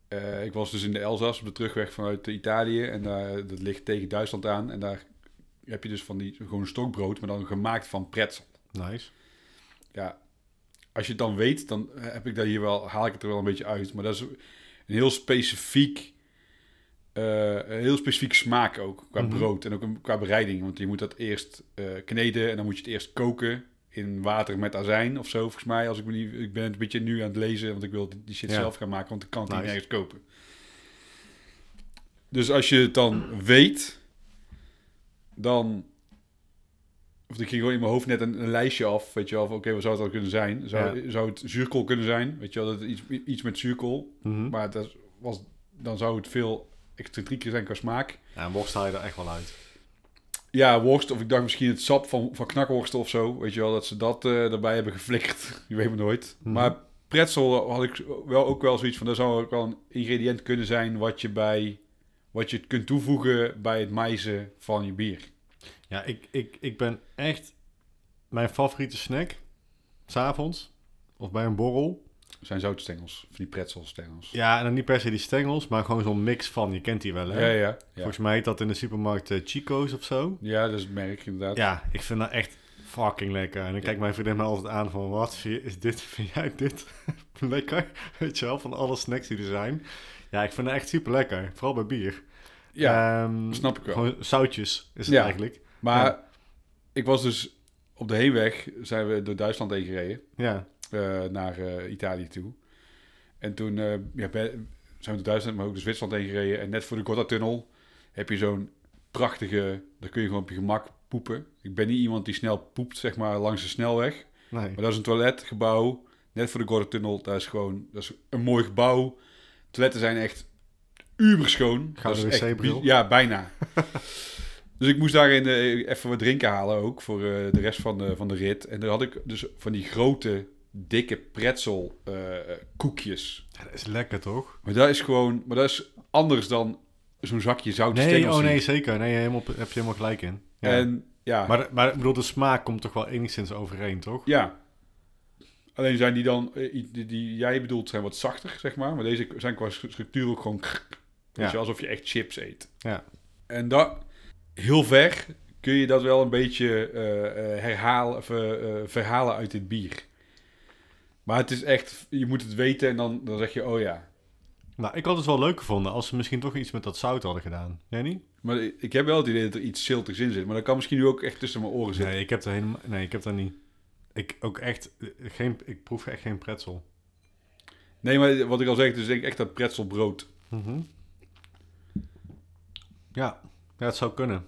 Eh, ik was dus in de Elzas op de terugweg vanuit eh, Italië. En daar, dat ligt tegen Duitsland aan. En daar heb je dus van die gewoon een stokbrood, maar dan gemaakt van pretzel.
nice.
ja, als je het dan weet, dan heb ik daar hier wel, haal ik het er wel een beetje uit. Maar dat is een heel specifiek, eh, een heel specifiek smaak ook qua
Mhm.
brood en ook een- qua bereiding. Want je moet dat eerst eh, kneden en dan moet je het eerst koken in water met azijn of zo. Volgens mij, als ik me niet, ik ben het een beetje nu aan het lezen, want ik wil die- die shit
Ja.
zelf gaan maken, want ik kan het niet
Nice.
nergens kopen. Dus als je het dan weet, dan of ik ging gewoon in mijn hoofd net een, een lijstje af, weet je wel, van oké, wat zou het dan kunnen zijn? Zou, zou het zuurkool kunnen zijn? Weet je wel, dat het iets, iets met zuurkool,
Mhm.
maar dat was, dan zou het veel excentrieker zijn qua smaak.
Ja, en worst haal je er echt wel uit.
Ja, worst, of ik dacht misschien het sap van, van knakworsten of zo, weet je wel, dat ze dat eh erbij hebben geflikt. je weet maar nooit.
Mhm.
Maar pretzel had ik wel ook wel zoiets van, dat zou ook wel een ingrediënt kunnen zijn wat je bij, wat je kunt toevoegen bij het maizen van je bier.
Ja, ik, ik, ik ben echt mijn favoriete snack. S'avonds of bij een borrel.
Dat zijn zoutstengels, van die pretzelstengels.
Ja, en dan niet per se die stengels, maar gewoon zo'n mix van. Je kent die wel, hè?
Ja, ja, ja.
Volgens mij heet dat in de supermarkt eh, Chico's of zo.
Ja, dat is het merk inderdaad.
Ja, ik vind dat echt fucking lekker. En dan kijkt mijn vriendin me altijd aan van... Wat vind je- is dit? Vind jij dit lekker? Weet je wel, van alle snacks die er zijn. Ja, ik vind dat echt super lekker. Vooral bij bier.
Ja,
Ehm,
snap ik wel.
Gewoon zoutjes is het
Ja.
eigenlijk.
maar
ja.
ik was dus op de heenweg zijn we door Duitsland heen gereden
Ja,
eh, naar eh, Italië toe. En toen eh, ja, ben- zijn we door Duitsland, maar ook door Zwitserland heen gereden. En net voor de Gotha-tunnel heb je zo'n prachtige, daar kun je gewoon op je gemak poepen. Ik ben niet iemand die snel poept, zeg maar, langs de snelweg.
nee.
Maar dat is een toiletgebouw, net voor de Gordon-tunnel. Dat is gewoon dat is een mooi gebouw. Toiletten zijn echt uberschoon.
Gouden
Dat is echt
wc-bril.
bi- Ja, bijna. Dus ik moest daarin eh, even wat drinken halen ook voor eh, de rest van de, van de rit. En daar had ik dus van die grote, dikke pretzel eh, koekjes.
Ja, dat is lekker toch?
Maar dat is gewoon, maar dat is anders dan zo'n zakje zout
Nee, oh nee, zeker. Nee, helemaal, heb je helemaal gelijk in. Ja.
En ja,
maar, maar ik bedoel, de smaak komt toch wel enigszins overeen, toch?
ja. Alleen zijn die dan, eh, i- die, die jij bedoelt, zijn wat zachter, zeg maar. Maar deze zijn qua stru- structuur ook gewoon... krrk. Weet
Ja.
je, wel, alsof je echt chips eet.
Ja.
En dat, heel ver kun je dat wel een beetje eh, eh, herhalen, of, eh, eh, verhalen uit dit bier. Maar het is echt, je moet het weten en dan, dan zeg je, oh ja.
Nou, ik had het wel leuk gevonden als ze misschien toch iets met dat zout hadden gedaan. Jij niet?
Maar ik ik heb wel het idee dat er iets ziltigs in zit. Maar dat kan misschien nu ook echt tussen mijn oren zitten.
Nee, ik heb daar helemaal... Nee, ik heb daar niet... Ik ook echt... eh, Geen, ik proef echt geen pretzel.
Nee, maar wat ik al zeg, dus denk ik echt dat pretzelbrood.
Mhm. Ja. ja, het zou kunnen.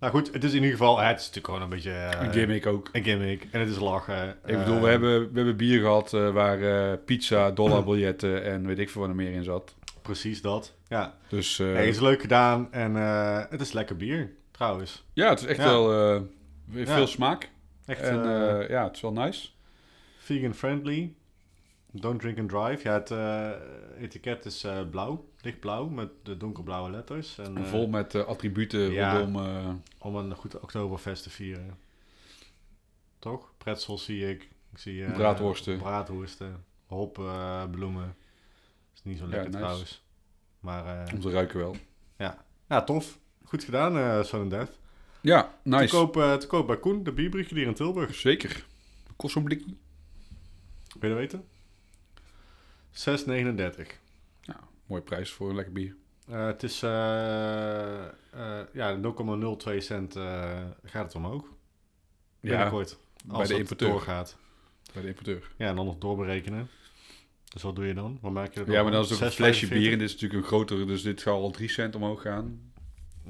Nou goed, het is in ieder geval... eh, Het is natuurlijk gewoon een beetje... eh,
Een gimmick ook.
Een gimmick. En het is lachen. Eh,
Ik bedoel,
Ehm.
we hebben, we hebben bier gehad eh, waar eh, pizza, dollarbiljetten en weet ik veel wat er meer in zat.
Precies dat. Ja,
Dus eh,
Nee, het is leuk gedaan en eh, het is lekker bier, trouwens.
ja, het is echt
Ja.
wel eh, veel
Ja.
smaak.
Echt
en
eh,
eh, ja, het is wel nice.
vegan friendly. Don't drink and drive. Ja, het eh, etiket is eh, blauw, lichtblauw, met de donkerblauwe letters. En, eh,
Vol met eh, attributen
ja.
rondom... eh,
om een goed Oktoberfest te vieren. Toch? Pretzels zie ik. ik zie, eh,
Braadworsten.
Braadworsten. Hop, eh, bloemen. Is niet zo
Ja,
lekker
nice.
trouwens. Maar eh,
om te ruiken wel.
ja, tof. Goed gedaan, eh Son and Death.
Ja,
Te,
nice.
koop, eh, te koop bij Koen, de bierbrigadier in Tilburg.
Zeker. Kost zo'n blikje.
Wil je dat weten? 6,39.
Mooie prijs voor een lekker bier.
Eh, het is eh, eh, ja, 0,02 cent eh, gaat het omhoog. Binnenkort.
bij
Als
de
het
importeur.
doorgaat.
Bij de importeur.
Ja, en dan nog doorberekenen. Dus wat doe je dan? Wat maak je er
Ja, maar dan is het ook een flesje
6,45?
bier. En dit is natuurlijk een grotere, dus dit gaat al 3 cent omhoog gaan.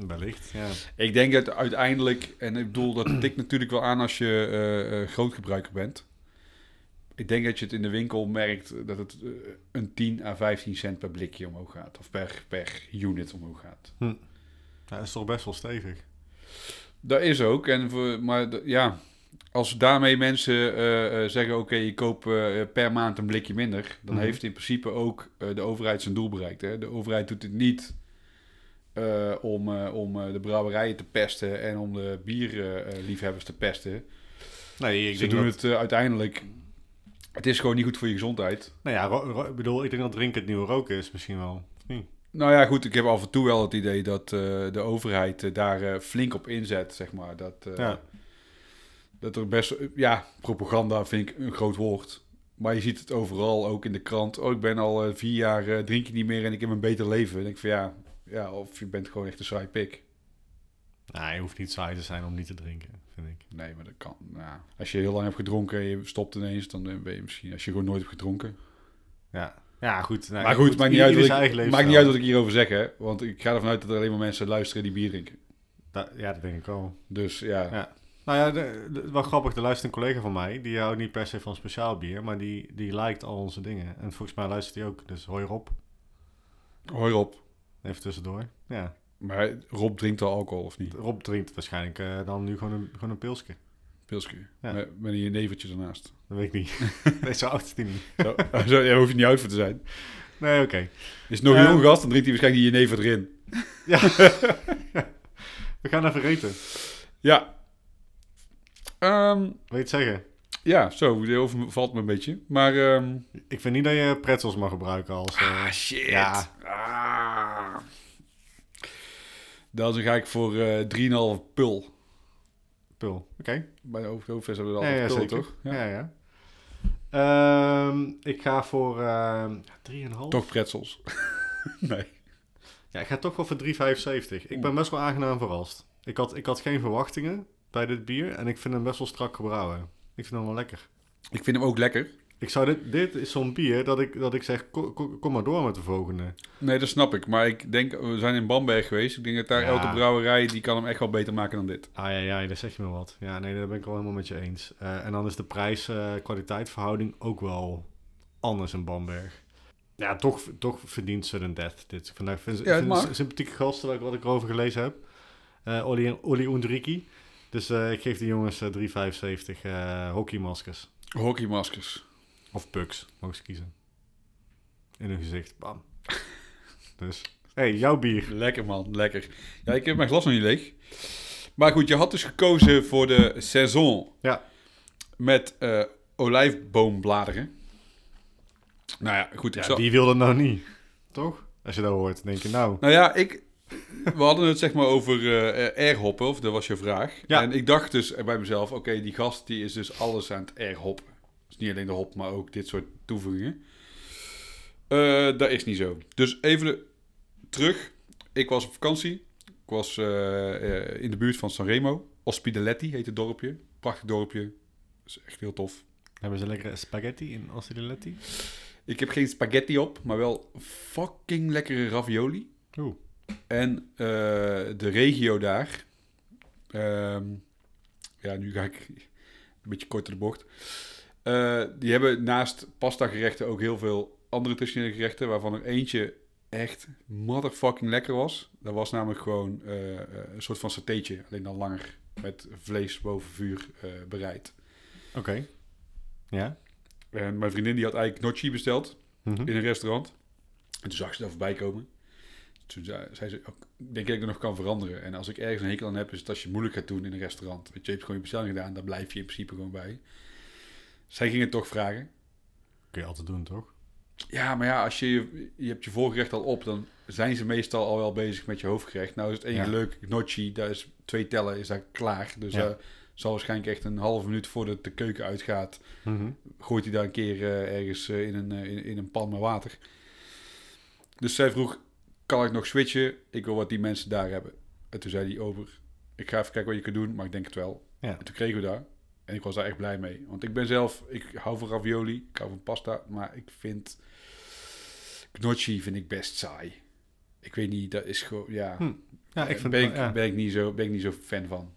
Wellicht, ja.
Ik denk dat uiteindelijk, en ik bedoel, dat tikt natuurlijk wel aan als je eh, eh, grootgebruiker bent. Ik denk dat je het in de winkel merkt dat het eh, een 10 à 15 cent per blikje omhoog gaat. Of per, per unit omhoog gaat.
Ja, Dat is toch best wel stevig.
Dat is ook. En voor, maar d- ja, als daarmee mensen eh, eh, zeggen: oké, je koopt eh, per maand een blikje minder, dan
Mhm.
heeft in principe ook eh, de overheid zijn doel bereikt. Hè? De overheid doet dit niet eh, om, eh, om eh, de brouwerijen te pesten en om de bierliefhebbers te pesten.
Nee, ik
Ze
denk
doen
dat,
het eh, uiteindelijk. Het is gewoon niet goed voor je gezondheid.
Nou ja, ro- ro- ik bedoel, ik denk dat drinken het nieuwe roken is misschien wel. Of niet?
Nou ja, goed, ik heb af en toe wel het idee dat eh, de overheid eh, daar eh, flink op inzet, zeg maar. Dat, eh,
Ja.
dat er best, ja, propaganda vind ik een groot woord. Maar je ziet het overal, ook in de krant. Oh, ik ben al eh, vier jaar, eh, drink je niet meer en ik heb een beter leven. En ik van ja, ja, of je bent gewoon echt een saai pik.
Nee, Nou, je hoeft niet saai te zijn om niet te drinken, vind ik.
Nee, maar dat kan. nou, als je heel lang hebt gedronken en je stopt ineens, dan eh, ben je misschien, als je gewoon nooit hebt gedronken.
Ja, ja goed. nou,
maar goed, maakt niet, uit
ieder
wat
zijn eigen
ik, maakt
levensstijl.
niet uit wat ik hierover zeg, hè. Want ik ga ervan uit dat er alleen maar mensen luisteren die bier drinken.
Da- ja, dat denk ik wel.
Dus ja,
Ja. Nou ja, de, de- wel grappig. Er luistert een collega van mij. Die houdt niet per se van speciaal bier. Maar die, die liked al onze dingen. En volgens mij luistert hij ook. Dus hoi Rob.
hoor op.
Even tussendoor. Ja.
Maar Rob drinkt al alcohol of niet?
Rob drinkt waarschijnlijk eh, dan nu gewoon een, gewoon een pilsje.
Pilsje.
Ja.
Met, met een nevertje ernaast.
Dat weet ik niet. nee, zo oud is die niet.
Zo, zo, daar hoef je niet uit voor te zijn.
Nee, oké.
Is het nog een
Ehm.
jong gast, dan drinkt hij waarschijnlijk die jenever erin.
We gaan even reten.
Ja. Ehm,
Wil je het zeggen?
ja, zo, die overvalt me een beetje. Maar, ehm,
Ik vind niet dat je pretzels mag gebruiken als... eh,
shit.
ja.
Ah. Dan ga ik voor eh 3,5 pul.
pul. Oké.
Bij de over- hoofdvest hebben we
Ja,
altijd
ja,
pul,
zeker.
toch?
Ja, ja. Ehm, ik ga voor ehm 3,5.
Toch pretzels. nee.
Ja, ik ga toch wel voor 3,75. Ik ben best wel aangenaam verrast. Ik had, ik had geen verwachtingen bij dit bier en ik vind hem best wel strak gebrouwen. Ik vind hem wel lekker.
Ik vind hem ook lekker.
Ik zou dit, dit is zo'n bier dat ik, dat ik zeg, ko- ko- kom maar door met de volgende.
Nee, dat snap ik. Maar ik denk, we zijn in Bamberg geweest. Ik denk dat daar
Ja.
elke brouwerij, die kan hem echt wel beter maken dan dit.
Ah ja, ja, daar zeg je me wat. Ja, nee, daar ben ik wel helemaal met je eens. Eh, en dan is de prijs-kwaliteit verhouding ook wel anders in Bamberg. Ja, toch, toch verdient Sudden Death dit. Ik vind, ik vind, ik
Ja, het
vind het
mag.
een sympathieke gast, wat ik, wat ik erover gelezen heb. Eh Olly, Olly Oendriki. Dus eh, ik geef die jongens eh, 3,75 eh, hockeymaskers.
Hockeymaskers.
Of pucks, mogen ze kiezen. In hun gezicht, bam. dus, hey, jouw bier.
Lekker man, lekker. Ja, ik heb mijn glas nog niet leeg. Maar goed, je had dus gekozen voor de saison.
Ja.
Met eh, olijfboombladeren. Nou ja, goed. Ik
Ja,
zal-
die wil dat nou niet. Toch? Als je dat hoort, denk je nou...
Nou ja, ik... We hadden het zeg maar over eh, airhoppen, of dat was je vraag.
Ja.
En ik dacht dus bij mezelf, oké, die gast die is dus alles aan het airhoppen. Dus niet alleen de hop, maar ook dit soort toevoegingen. Eh, dat is niet zo. Dus even de- terug. Ik was op vakantie. Ik was eh, eh, in de buurt van Sanremo. Ospidaletti heet het dorpje. Prachtig dorpje. is echt heel tof.
Hebben ze lekkere spaghetti in Ostiletti?
Ik heb geen spaghetti op, maar wel fucking lekkere ravioli.
Oeh.
En eh, de regio daar. ehm, ja, nu ga ik een beetje korter de bocht. Eh, die hebben naast pasta gerechten ook heel veel andere traditionele gerechten. Waarvan er eentje echt motherfucking lekker was. Dat was namelijk gewoon eh, eh, een soort van satéetje. Alleen dan langer. Met vlees boven vuur eh, bereid.
Oké. Ja.
En mijn vriendin die had eigenlijk gnocchi besteld.
Mhm.
in een restaurant. En toen zag ze daar voorbij komen. Toen zei zei ze, "Oh, ik denk dat ik dat nog kan veranderen. En als ik ergens een hekel aan heb, is het als je moeilijk gaat doen in een restaurant. Want je hebt gewoon je bestelling gedaan, daar blijf je in principe gewoon bij. Zij ging het toch vragen.
Kun je altijd doen, toch?
Ja, maar ja, als je, je, je hebt je voorgerecht al op, dan zijn ze meestal al wel bezig met je hoofdgerecht. Nou is het enige
Ja.
leuk, gnocchi, daar is twee tellen, is daar klaar. Dus
Ja.
eh, zal waarschijnlijk echt een halve minuut voordat de keuken uitgaat,
Mhm.
gooit hij daar een keer eh, ergens eh, in, een, eh, in, in een pan met water. Dus zij vroeg, kan ik nog switchen? Ik wil wat die mensen daar hebben. En toen zei die over, ik ga even kijken wat je kunt doen, maar ik denk het wel.
Ja.
En toen kregen we daar. En ik was daar echt blij mee. Want ik ben zelf, ik hou van ravioli, ik hou van pasta, maar ik vind gnocchi vind ik best saai. Ik weet niet, dat is gewoon, ja, Eh,
Hm, Ja, ik vind
ben,
het
ik,
wel- ja.
ben, ik niet zo, ben ik niet zo fan van.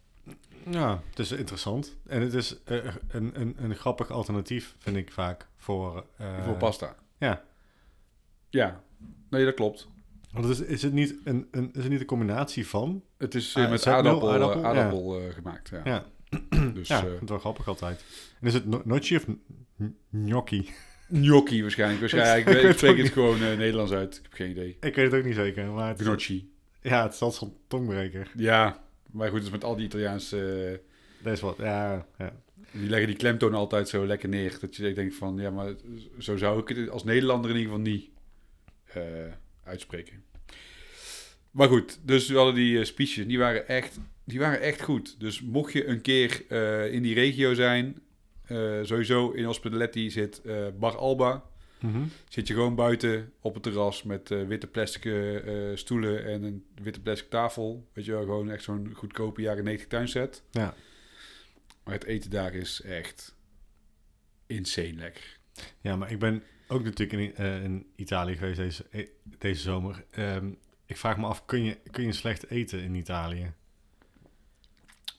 Ja, het is interessant. En het is eh, een, een, een grappig alternatief, vind ik vaak, voor... eh,
voor pasta.
ja.
Ja, nee, dat klopt.
Want het is, is, het niet een, een, is het niet een combinatie van?
Het is eh,
Ah, is
met
dat
aardappel,
nul?
eh,
Aardappel?
aardappel,
Ja.
eh, gemaakt. Ja.
Ja,
Dus
ja ik
eh,
vind het wel grappig altijd. En is het no- notje of n- n- gnocchi?
gnocchi waarschijnlijk. waarschijnlijk.
Ik
ik,
weet
spreek
ook
het gewoon eh, Nederlands uit. Ik heb geen idee.
Ik weet het ook niet zeker, maar het,
Gnocchi.
ja, het staat zo'n tongbreker.
Ja, maar goed, dus met al die Italiaanse... eh,
Dat is wat, ja. ja.
die leggen die klemtoon altijd zo lekker neer. Dat je denkt van, ja, maar zo zou ik het als Nederlander in ieder geval niet eh, uitspreken. Maar goed, dus we hadden die eh, speeches. Die waren, echt, die waren echt goed. Dus mocht je een keer eh, in die regio zijn... eh, sowieso in Ospedaletti zit eh, Bar Alba...
Mhm.
Zit je gewoon buiten op het terras met eh, witte plastic eh, stoelen en een witte plastic tafel. Weet je wel, gewoon echt zo'n goedkope jaren 90 tuinset.
Ja.
Maar het eten daar is echt insane lekker.
Ja, maar ik ben ook natuurlijk in, eh, in Italië geweest deze, eh, deze zomer. Ehm, ik vraag me af, kun je, kun je slecht eten in Italië?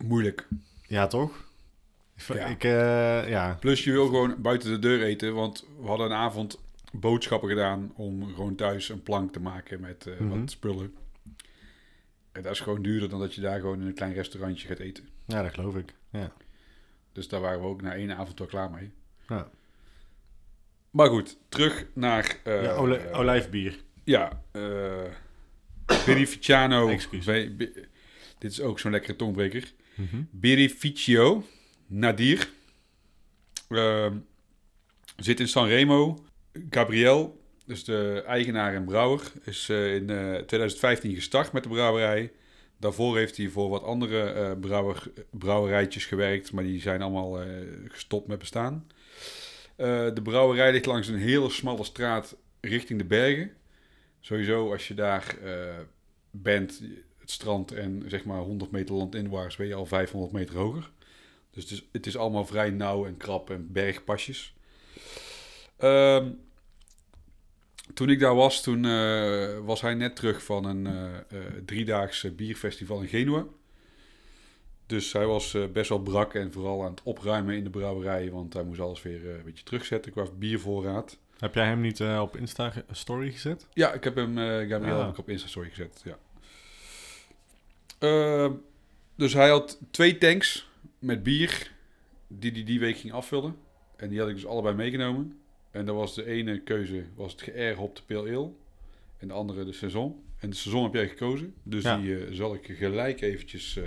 Moeilijk.
Ja, toch? Ik, vra-
Ja.
Ik, eh, ja.
Plus je wil gewoon buiten de deur eten, want we hadden een avond boodschappen gedaan om gewoon thuis een plank te maken met eh,
Mhm.
wat spullen. En dat is gewoon duurder dan dat je daar gewoon in een klein restaurantje gaat eten.
ja, dat geloof ik. Ja.
Dus daar waren we ook na één avond wel klaar mee.
Ja.
Maar goed, terug naar... eh,
Ja, oli-
eh,
olijfbier.
Ja, eh Birrificiano.
Excuus.
Bij- bi- dit is ook zo'n lekkere tongbreker. Birrificio Nadir. Ehm, zit in Sanremo. Gabriel, dus de eigenaar en brouwer, is eh, in eh, 2015 gestart met de brouwerij. Daarvoor heeft hij voor wat andere eh, brouwer, brouwerijtjes gewerkt, maar die zijn allemaal eh, gestopt met bestaan. Eh, de brouwerij ligt langs een hele smalle straat richting de bergen. Sowieso als je daar eh, bent, het strand en zeg maar 100 meter landinwaarts, ben je al 500 meter hoger. Dus het is, het is allemaal vrij nauw en krap en bergpasjes. Ehm, toen ik daar was, toen eh, was hij net terug van een eh, eh, driedaagse bierfestival in Genua. Dus hij was eh, best wel brak en vooral aan het opruimen in de brouwerij, want hij moest alles weer eh, een beetje terugzetten qua biervoorraad.
Heb jij hem niet eh, op Insta-story gezet?
Ja, ik heb hem, eh Gabriel,
Ah.
heb ik op Insta story gezet. Ja. Ehm, dus hij had twee tanks met bier die hij die week ging afvullen. En die had ik dus allebei meegenomen. En dat was de ene keuze was het GR Hop de Pale Ale. En de andere de Saison. En de Saison heb jij gekozen. Dus
Ja.
die eh, zal ik gelijk eventjes eh,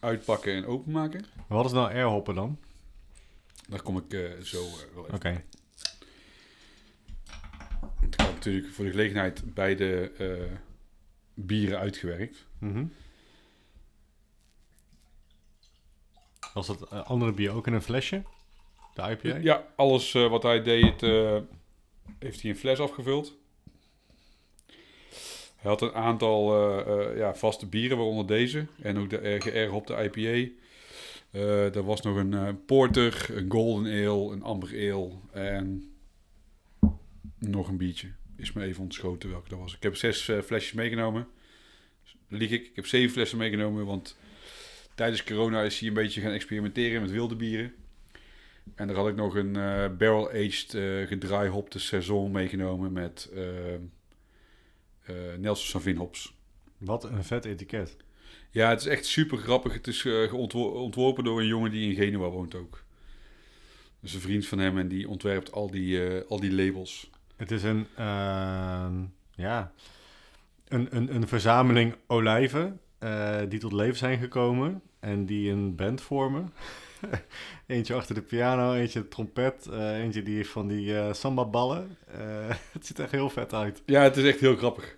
uitpakken en openmaken.
Wat is nou airhoppen dan?
Daar kom ik eh, zo eh, wel even
Oké.
Ik had natuurlijk voor de gelegenheid beide eh, bieren uitgewerkt.
Mhm. Was dat eh, andere bier ook in een flesje? De IPA?
Ja, alles eh, wat hij deed, eh, heeft hij in fles afgevuld. Hij had een aantal eh, eh, ja, vaste bieren, waaronder deze. En ook de eh, RGR op de IPA. Eh er was nog een eh, porter, een golden ale, een amber ale en nog een biertje. Is me even ontschoten welke dat was. Ik heb zes eh, flesjes meegenomen. Lieg ik, ik heb zeven flessen meegenomen, want tijdens corona is hij een beetje gaan experimenteren met wilde bieren. En daar had ik nog een eh, barrel-aged eh gedraaihopte saison meegenomen met eh, eh, Nelson Savin hops.
Wat een vet etiket.
Ja, het is echt super grappig. Het is eh, ontwo- ontworpen door een jongen die in Genua woont ook. Dus een vriend van hem en die ontwerpt al die, eh, al die labels.
Het is een, ehm, ja, een, een, een verzameling olijven eh, die tot leven zijn gekomen en die een band vormen. eentje achter de piano, eentje trompet, eh, eentje die van die eh samba ballen. het ziet er echt heel vet uit.
Ja, het is echt heel grappig.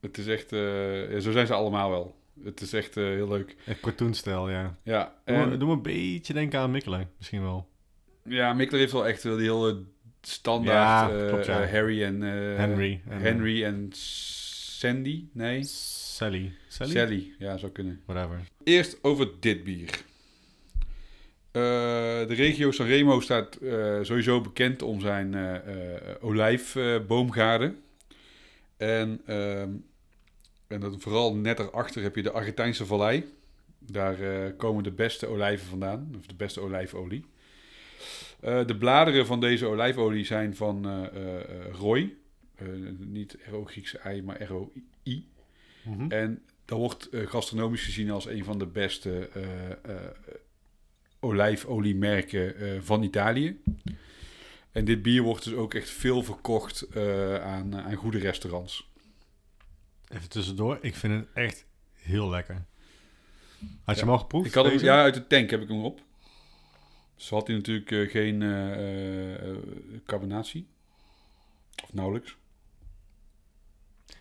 Het is echt, eh, ja, zo zijn ze allemaal wel. Het is echt eh, heel leuk.
Echt cartoonstijl, ja.
Ja,
Doe, me,
en,
doe me een beetje denken aan Mikkelen, misschien wel.
ja Mikler heeft wel echt wel die hele
Ja,
standaard eh,
klopt, ja.
eh, Harry en eh,
Henry. en, eh,
Henry en Sandy? Nee.
Sally. Sally?
Sally? ja, zou kunnen.
Whatever.
Eerst over dit bier. Eh, de regio Sanremo staat eh, sowieso bekend om zijn eh olijfboomgaarden. en, ehm, en dan vooral net daarachter heb je de Argentijnse Vallei. Daar eh, komen de beste olijven vandaan, of de beste olijfolie. Eh, de bladeren van deze olijfolie zijn van eh eh, eh, rooi. Eh, niet RO-Griekse ei, maar ROI.
Mhm.
En dat wordt eh, gastronomisch gezien als een van de beste eh, eh, olijfoliemerken eh, van Italië. En dit bier wordt dus ook echt veel verkocht eh, aan, aan goede restaurants.
Even tussendoor, ik vind het echt heel lekker. Had je hem al geproefd?
Ik had hem,
deze?
ja, uit de tank heb ik hem op. Dus had hij natuurlijk eh, geen eh, eh, carbonatie. Of nauwelijks.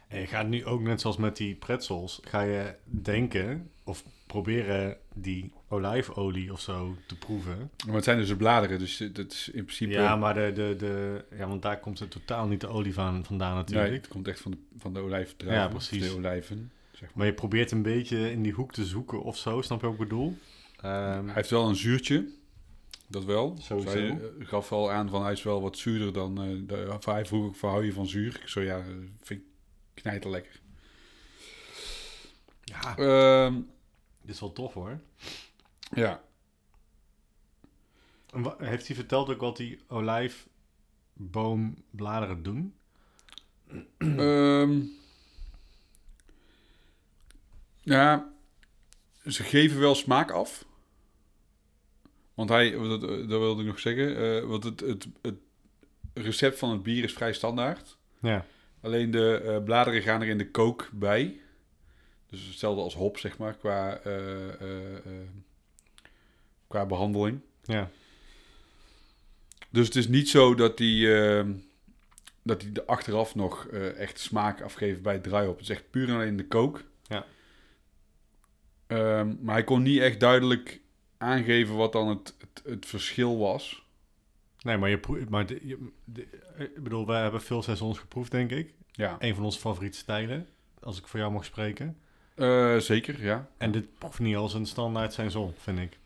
En je gaat nu ook net zoals met die pretzels, ga je denken of proberen die olijfolie of zo te proeven.
Maar het zijn dus de bladeren, dus dat is in principe...
Ja, maar de, de, de, ja, want daar komt er totaal niet de olie van, vandaan natuurlijk.
Nee, het komt echt van de, van de olijfdruiven.
Ja,
of
precies.
De olijven, zeg maar.
Maar je probeert een beetje in die hoek te zoeken of zo, snap je wat ik bedoel? Ehm,
Hij heeft wel een zuurtje. Dat wel.
Sowieso.
Zij eh, gaf al aan van hij is wel wat zuurder dan... eh de, of hij vroeg ook, van, hou je van zuur? Ik zo, ja, eh, vind ik knijter lekker.
ja,
Ehm,
dit is wel tof hoor.
ja,
En wa- heeft hij verteld ook wat die olijfboombladeren doen?
Ehm, ja, ze geven wel smaak af. Want hij, dat, dat wilde ik nog zeggen, eh, want het, het, het recept van het bier is vrij standaard.
Ja.
Alleen de eh, bladeren gaan er in de kook bij. Dus hetzelfde als hop, zeg maar, qua, eh, eh, eh, qua behandeling.
Ja.
Dus het is niet zo dat die, ehm, dat die er achteraf nog eh, echt smaak afgeeft bij het draaihop. Het is echt puur en alleen de kook.
Ja.
Ehm, maar hij kon niet echt duidelijk aangeven wat dan het, het, het verschil was.
Nee, maar, je proe- maar de- je, de- eh, ik bedoel, wij hebben veel seizoens geproefd, denk ik.
Ja,
Een van onze favoriete stijlen, als ik voor jou mag spreken.
Eh, zeker, ja.
En dit proeft niet als een standaard seizoen, vind ik.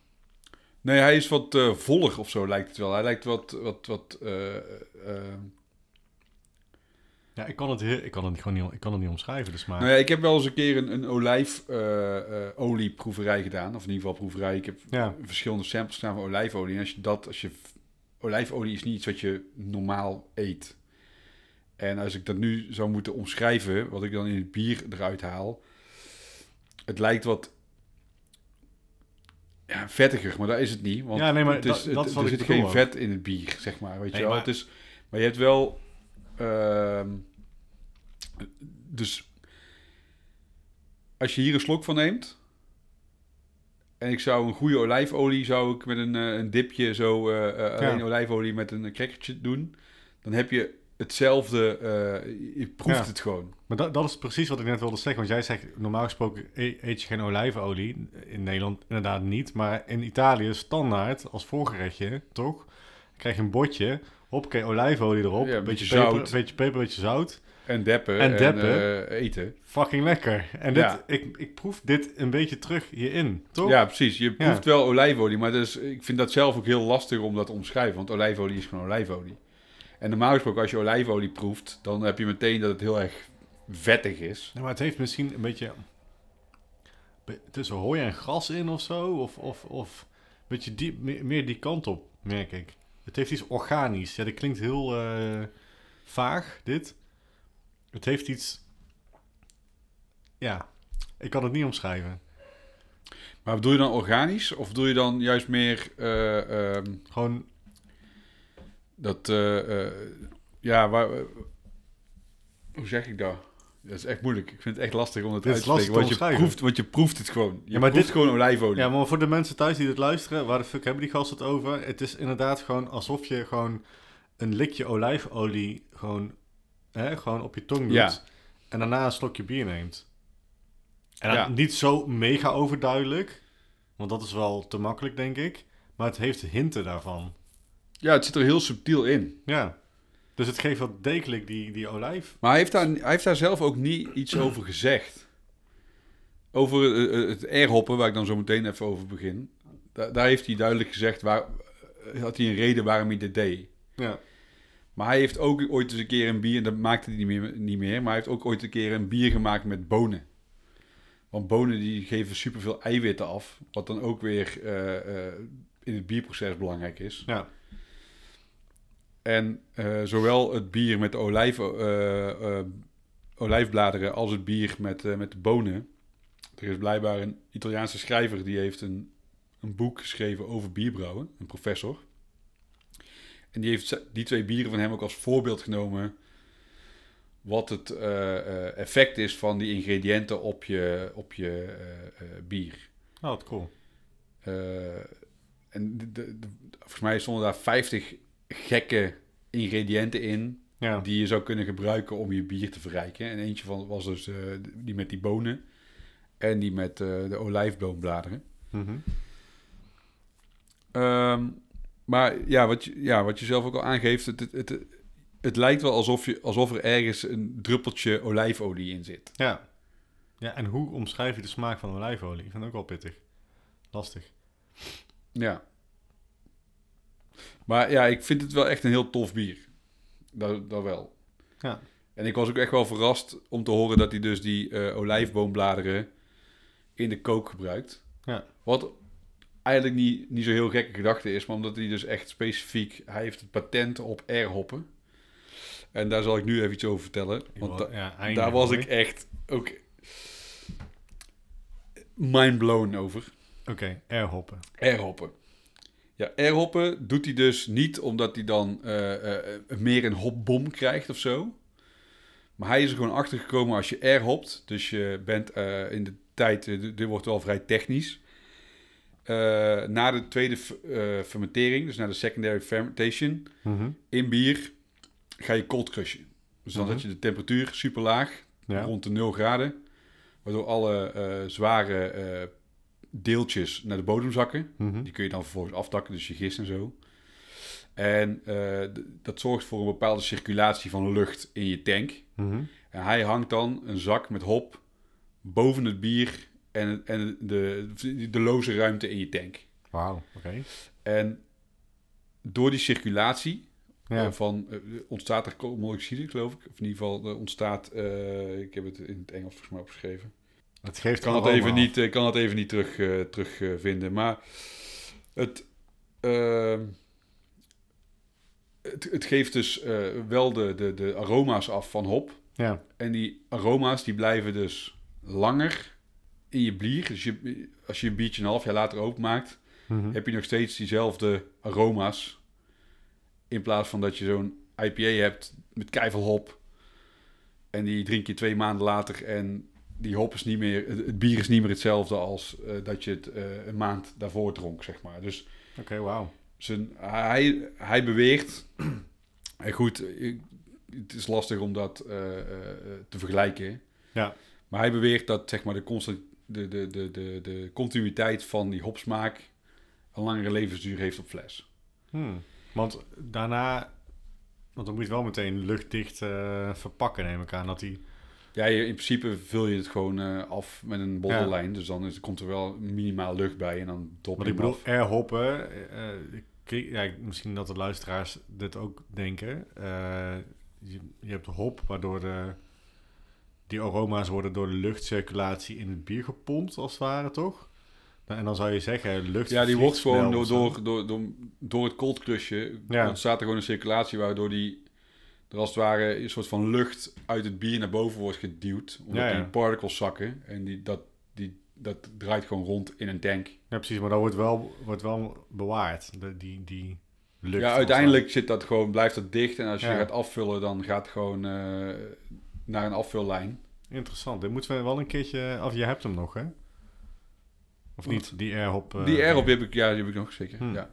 Nee, hij is wat eh vollig of zo lijkt het wel. Hij lijkt wat... wat, wat eh, eh,
Ja, ik kan het, heel- ik kan het gewoon niet, ik kan het niet omschrijven, dus maar...
Nou ja, ik heb wel eens een keer een, een olijfolieproeverij gedaan. Of in ieder geval proeverij. Ik heb
Ja,
verschillende samples staan van olijfolie. En als je dat, als je v- olijfolie is niet iets wat je normaal eet. En als ik dat nu zou moeten omschrijven, wat ik dan in het bier eruit haal, het lijkt wat ja, vettiger, maar dat is het niet. Want
Ja, nee, maar
het is,
dat- dat is
het-
wat
er
ik
zit
bedoel
geen
ook.
vet in het bier, zeg maar. Weet
Nee,
je wel?
maar-
Maar... Het is, maar je hebt wel. ehm, dus als je hier een slok van neemt. En ik zou een goede olijfolie, zou ik met een, eh, een dipje zo eh, eh, alleen olijfolie met een crackertje doen. Dan heb je hetzelfde, eh, je proeft
Ja.
het gewoon.
Maar dat, dat is precies wat ik net wilde zeggen. Want jij zegt, normaal gesproken e- eet je geen olijfolie. In Nederland inderdaad niet. Maar in Italië standaard, als voorgerechtje, toch? Krijg je een bordje. Hoppakee, olijfolie erop.
Ja,
een
een
beetje,
beetje
peper,
zout.
beetje peper, beetje zout.
En deppen
En
en,
deppen.
eh, eten.
Fucking lekker. En dit,
Ja.
ik, ik proef dit een beetje terug hierin, toch?
Ja, precies. Je proeft wel olijfolie, maar dus, ik vind dat zelf ook heel lastig om dat te omschrijven, want olijfolie is gewoon olijfolie. En normaal gesproken, als je olijfolie proeft, dan heb je meteen dat het heel erg vettig is.
Ja, maar het heeft misschien een beetje... be- Tussen hooi en gras in of zo. Of, of, of een beetje die, me- meer die kant op, merk ik. Het heeft iets organisch. Ja, dat klinkt heel eh, vaag, dit. Het heeft iets... Ja, ik kan het niet omschrijven.
Maar bedoel je dan organisch, of bedoel je dan juist meer eh, ehm,
Gewoon,
dat, eh, eh, ja, waar, eh, hoe zeg ik dat? Dat is echt moeilijk. Ik vind het echt lastig om dat
Dit
uit
is
te spreken,
lastig te
want je,
omschrijven.
proeft, want je proeft het gewoon. Je
Ja, maar
proeft
dit-
gewoon olijfolie.
ja, maar voor de mensen thuis die dit luisteren... waar de fuck hebben die gasten het over? Het is inderdaad gewoon alsof je gewoon een likje olijfolie... gewoon, hè, gewoon op je tong doet.
Ja.
En daarna een slokje bier neemt. En
Ja.
dan niet zo mega overduidelijk. Want dat is wel te makkelijk, denk ik. Maar het heeft hinten daarvan.
ja, het zit er heel subtiel in.
Ja. Dus het geeft wel degelijk die, die olijf.
Maar hij heeft, daar, hij heeft daar zelf ook niet iets over gezegd. Over eh, eh, het airhoppen, waar ik dan zo meteen even over begin. Da- daar heeft hij duidelijk gezegd, waar, eh, had hij een reden waarom hij dit deed.
Ja.
Maar hij heeft ook ooit eens een keer een bier, en dat maakte hij niet meer, niet meer maar hij heeft ook ooit een keer een bier gemaakt met bonen. Want bonen die geven superveel eiwitten af, wat dan ook weer eh, eh, in het bierproces belangrijk is.
Ja.
En eh, zowel het bier met de olijf, eh, eh, olijfbladeren als het bier met, eh, met de bonen. Er is blijkbaar een Italiaanse schrijver die heeft een, een boek geschreven over bierbrouwen, een professor. En die heeft z- die twee bieren van hem ook als voorbeeld genomen wat het eh, eh, effect is van die ingrediënten op je, op je eh, eh, bier.
Oh, wat cool.
Eh, en de, de- de- volgens mij stonden daar 50 gekke ingrediënten in
Ja.
die je zou kunnen gebruiken om je bier te verrijken. En eentje van was dus eh, die met die bonen en die met eh, de olijfboombladeren.
Mhm.
Ehm, maar ja wat, je, ja, wat je zelf ook al aangeeft, het, het, het, het lijkt wel alsof, je, alsof er ergens een druppeltje olijfolie in zit.
ja. Ja, en hoe omschrijf je de smaak van olijfolie? Ik vind het ook wel pittig. Lastig.
Ja. Maar ja, ik vind het wel echt een heel tof bier. Dat, dat wel.
Ja.
En ik was ook echt wel verrast om te horen dat hij dus die eh, olijfboombladeren in de kook gebruikt.
Ja.
Wat eigenlijk niet, niet zo heel gekke gedachte is, maar omdat hij dus echt specifiek... Hij heeft het patent op airhoppen. En daar zal ik nu even iets over vertellen.
Ik
Want
wil-
da-
ja, eindelijk
daar was
hoor.
ik echt ook mind blown over.
Oké, airhoppen.
Airhoppen. Ja, airhoppen doet hij dus niet omdat hij dan eh, eh, meer een hopbom krijgt of zo. Maar hij is er gewoon achter gekomen als je airhopt. Dus je bent eh, in de tijd, eh, dit dit wordt wel vrij technisch. Eh, na de tweede f- eh, fermentering, dus na de secondary fermentation,
Mhm.
in bier ga je cold crushen. Dus dan
Mhm.
zet je de temperatuur super laag,
Ja.
rond de 0 graden. Waardoor alle eh, zware eh, deeltjes naar de bodem zakken.
Mhm.
Die kun je dan vervolgens aftakken, dus je gist en zo. En eh, d- dat zorgt voor een bepaalde circulatie van lucht in je tank.
Mhm.
En hij hangt dan een zak met hop boven het bier en, en de, de loze ruimte in je tank.
Wauw, oké.
En door die circulatie
Ja.
eh, van, eh, ontstaat er koolmonoxide, geloof ik. Of in ieder geval eh, ontstaat, eh, ik heb het in het Engels volgens mij opgeschreven.
Het geeft
Ik kan,
een
het even
aroma af.
niet, ik kan het even niet terug, eh, terugvinden. maar het, ehm, het, het geeft dus eh, wel de, de, de aroma's af van hop.
Ja,
En die aroma's die blijven dus langer in je bier. Dus je, als je een biertje een half jaar later openmaakt,
Mhm.
heb je nog steeds diezelfde aroma's. In plaats van dat je zo'n IPA hebt met keivelhop. En die drink je twee maanden later en die hop is niet meer, het, het bier is niet meer hetzelfde als eh, dat je het eh, een maand daarvoor dronk, zeg maar. Dus
oké, wauw.
zijn, hij, hij beweert. En goed, ik- het is lastig om dat eh, eh, te vergelijken.
Ja.
Maar hij beweert dat zeg maar, de, constant, de, de, de, de, de continuïteit van die hopsmaak een langere levensduur heeft op fles.
Hmm. Want daarna, want dan moet je het wel meteen luchtdicht eh, verpakken, neem ik aan. Dat die,
Ja, je- in principe vul je het gewoon eh, af met een bottellijn. Dus dan is, komt er wel minimaal lucht bij en dan dop
want
je
ik
hem
bedoel,
af.
airhoppen, eh, eh, ik- ja, ik- misschien dat de luisteraars dit ook denken. Eh, je, je hebt hop, waardoor de, die aroma's worden door de luchtcirculatie in het bier gepompt, als het ware, toch? Nou, en dan zou je zeggen, lucht
Ja, die
vliegt
wordt gewoon
snel
door,
of zo.
door, door, door, door het koldklusje.
Ja.
ontstaat er gewoon een circulatie waardoor die er als het ware een soort van lucht uit het bier naar boven wordt geduwd. Omdat
Ja, ja.
die particles zakken en die, dat, die, dat draait gewoon rond in een tank.
Ja, precies, maar dat wordt wel, wordt wel bewaard, de, die, die lucht.
ja, uiteindelijk zit dat gewoon, blijft dat dicht en als je
Ja.
gaat afvullen, dan gaat het gewoon eh, naar een afvullijn.
Interessant. Dit moeten we wel een keertje... Of je hebt hem nog, hè? Of
Wat?
niet? Die airhop. eh,
die airop heb ik, ja, die heb ik nog zeker.
Hmm.
Ja.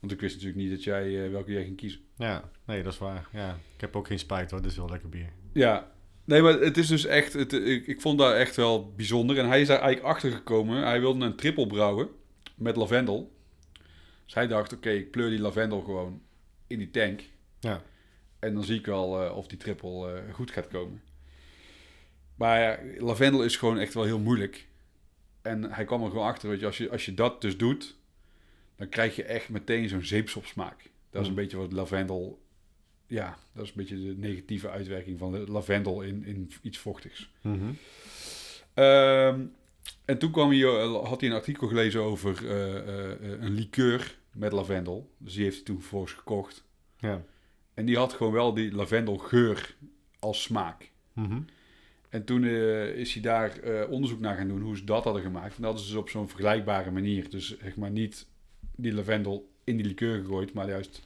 Want ik wist natuurlijk niet dat jij eh, welke jij ging kiezen.
Ja, nee, dat is waar. Ja. Ik heb ook geen spijt, hoor. Dit is wel lekker bier.
Ja, nee, maar het is dus echt. Het, ik, ik vond daar echt wel bijzonder. En hij is daar eigenlijk achter gekomen. Hij wilde een trippel brouwen met lavendel. Dus hij dacht: oké, ik pleur die lavendel gewoon in die tank.
Ja.
En dan zie ik wel eh, of die trippel eh, goed gaat komen. Maar ja, lavendel is gewoon echt wel heel moeilijk. En hij kwam er gewoon achter, weet je, als je, als je dat dus doet, dan krijg je echt meteen zo'n zeepsopsmaak. Dat is een
Mm.
beetje wat lavendel, ja, dat is een beetje de negatieve uitwerking van de lavendel in, in iets vochtigs.
Mhm.
Ehm, en toen kwam hij, eh, had hij een artikel gelezen over eh, eh, eh, een liqueur met lavendel. Dus die heeft hij toen vervolgens gekocht.
Ja.
En die had gewoon wel die lavendelgeur als smaak.
Mhm.
En toen eh, is hij daar eh, onderzoek naar gaan doen hoe ze dat hadden gemaakt. En dat is dus op zo'n vergelijkbare manier. Dus zeg maar niet die lavendel in die liqueur gegooid, maar juist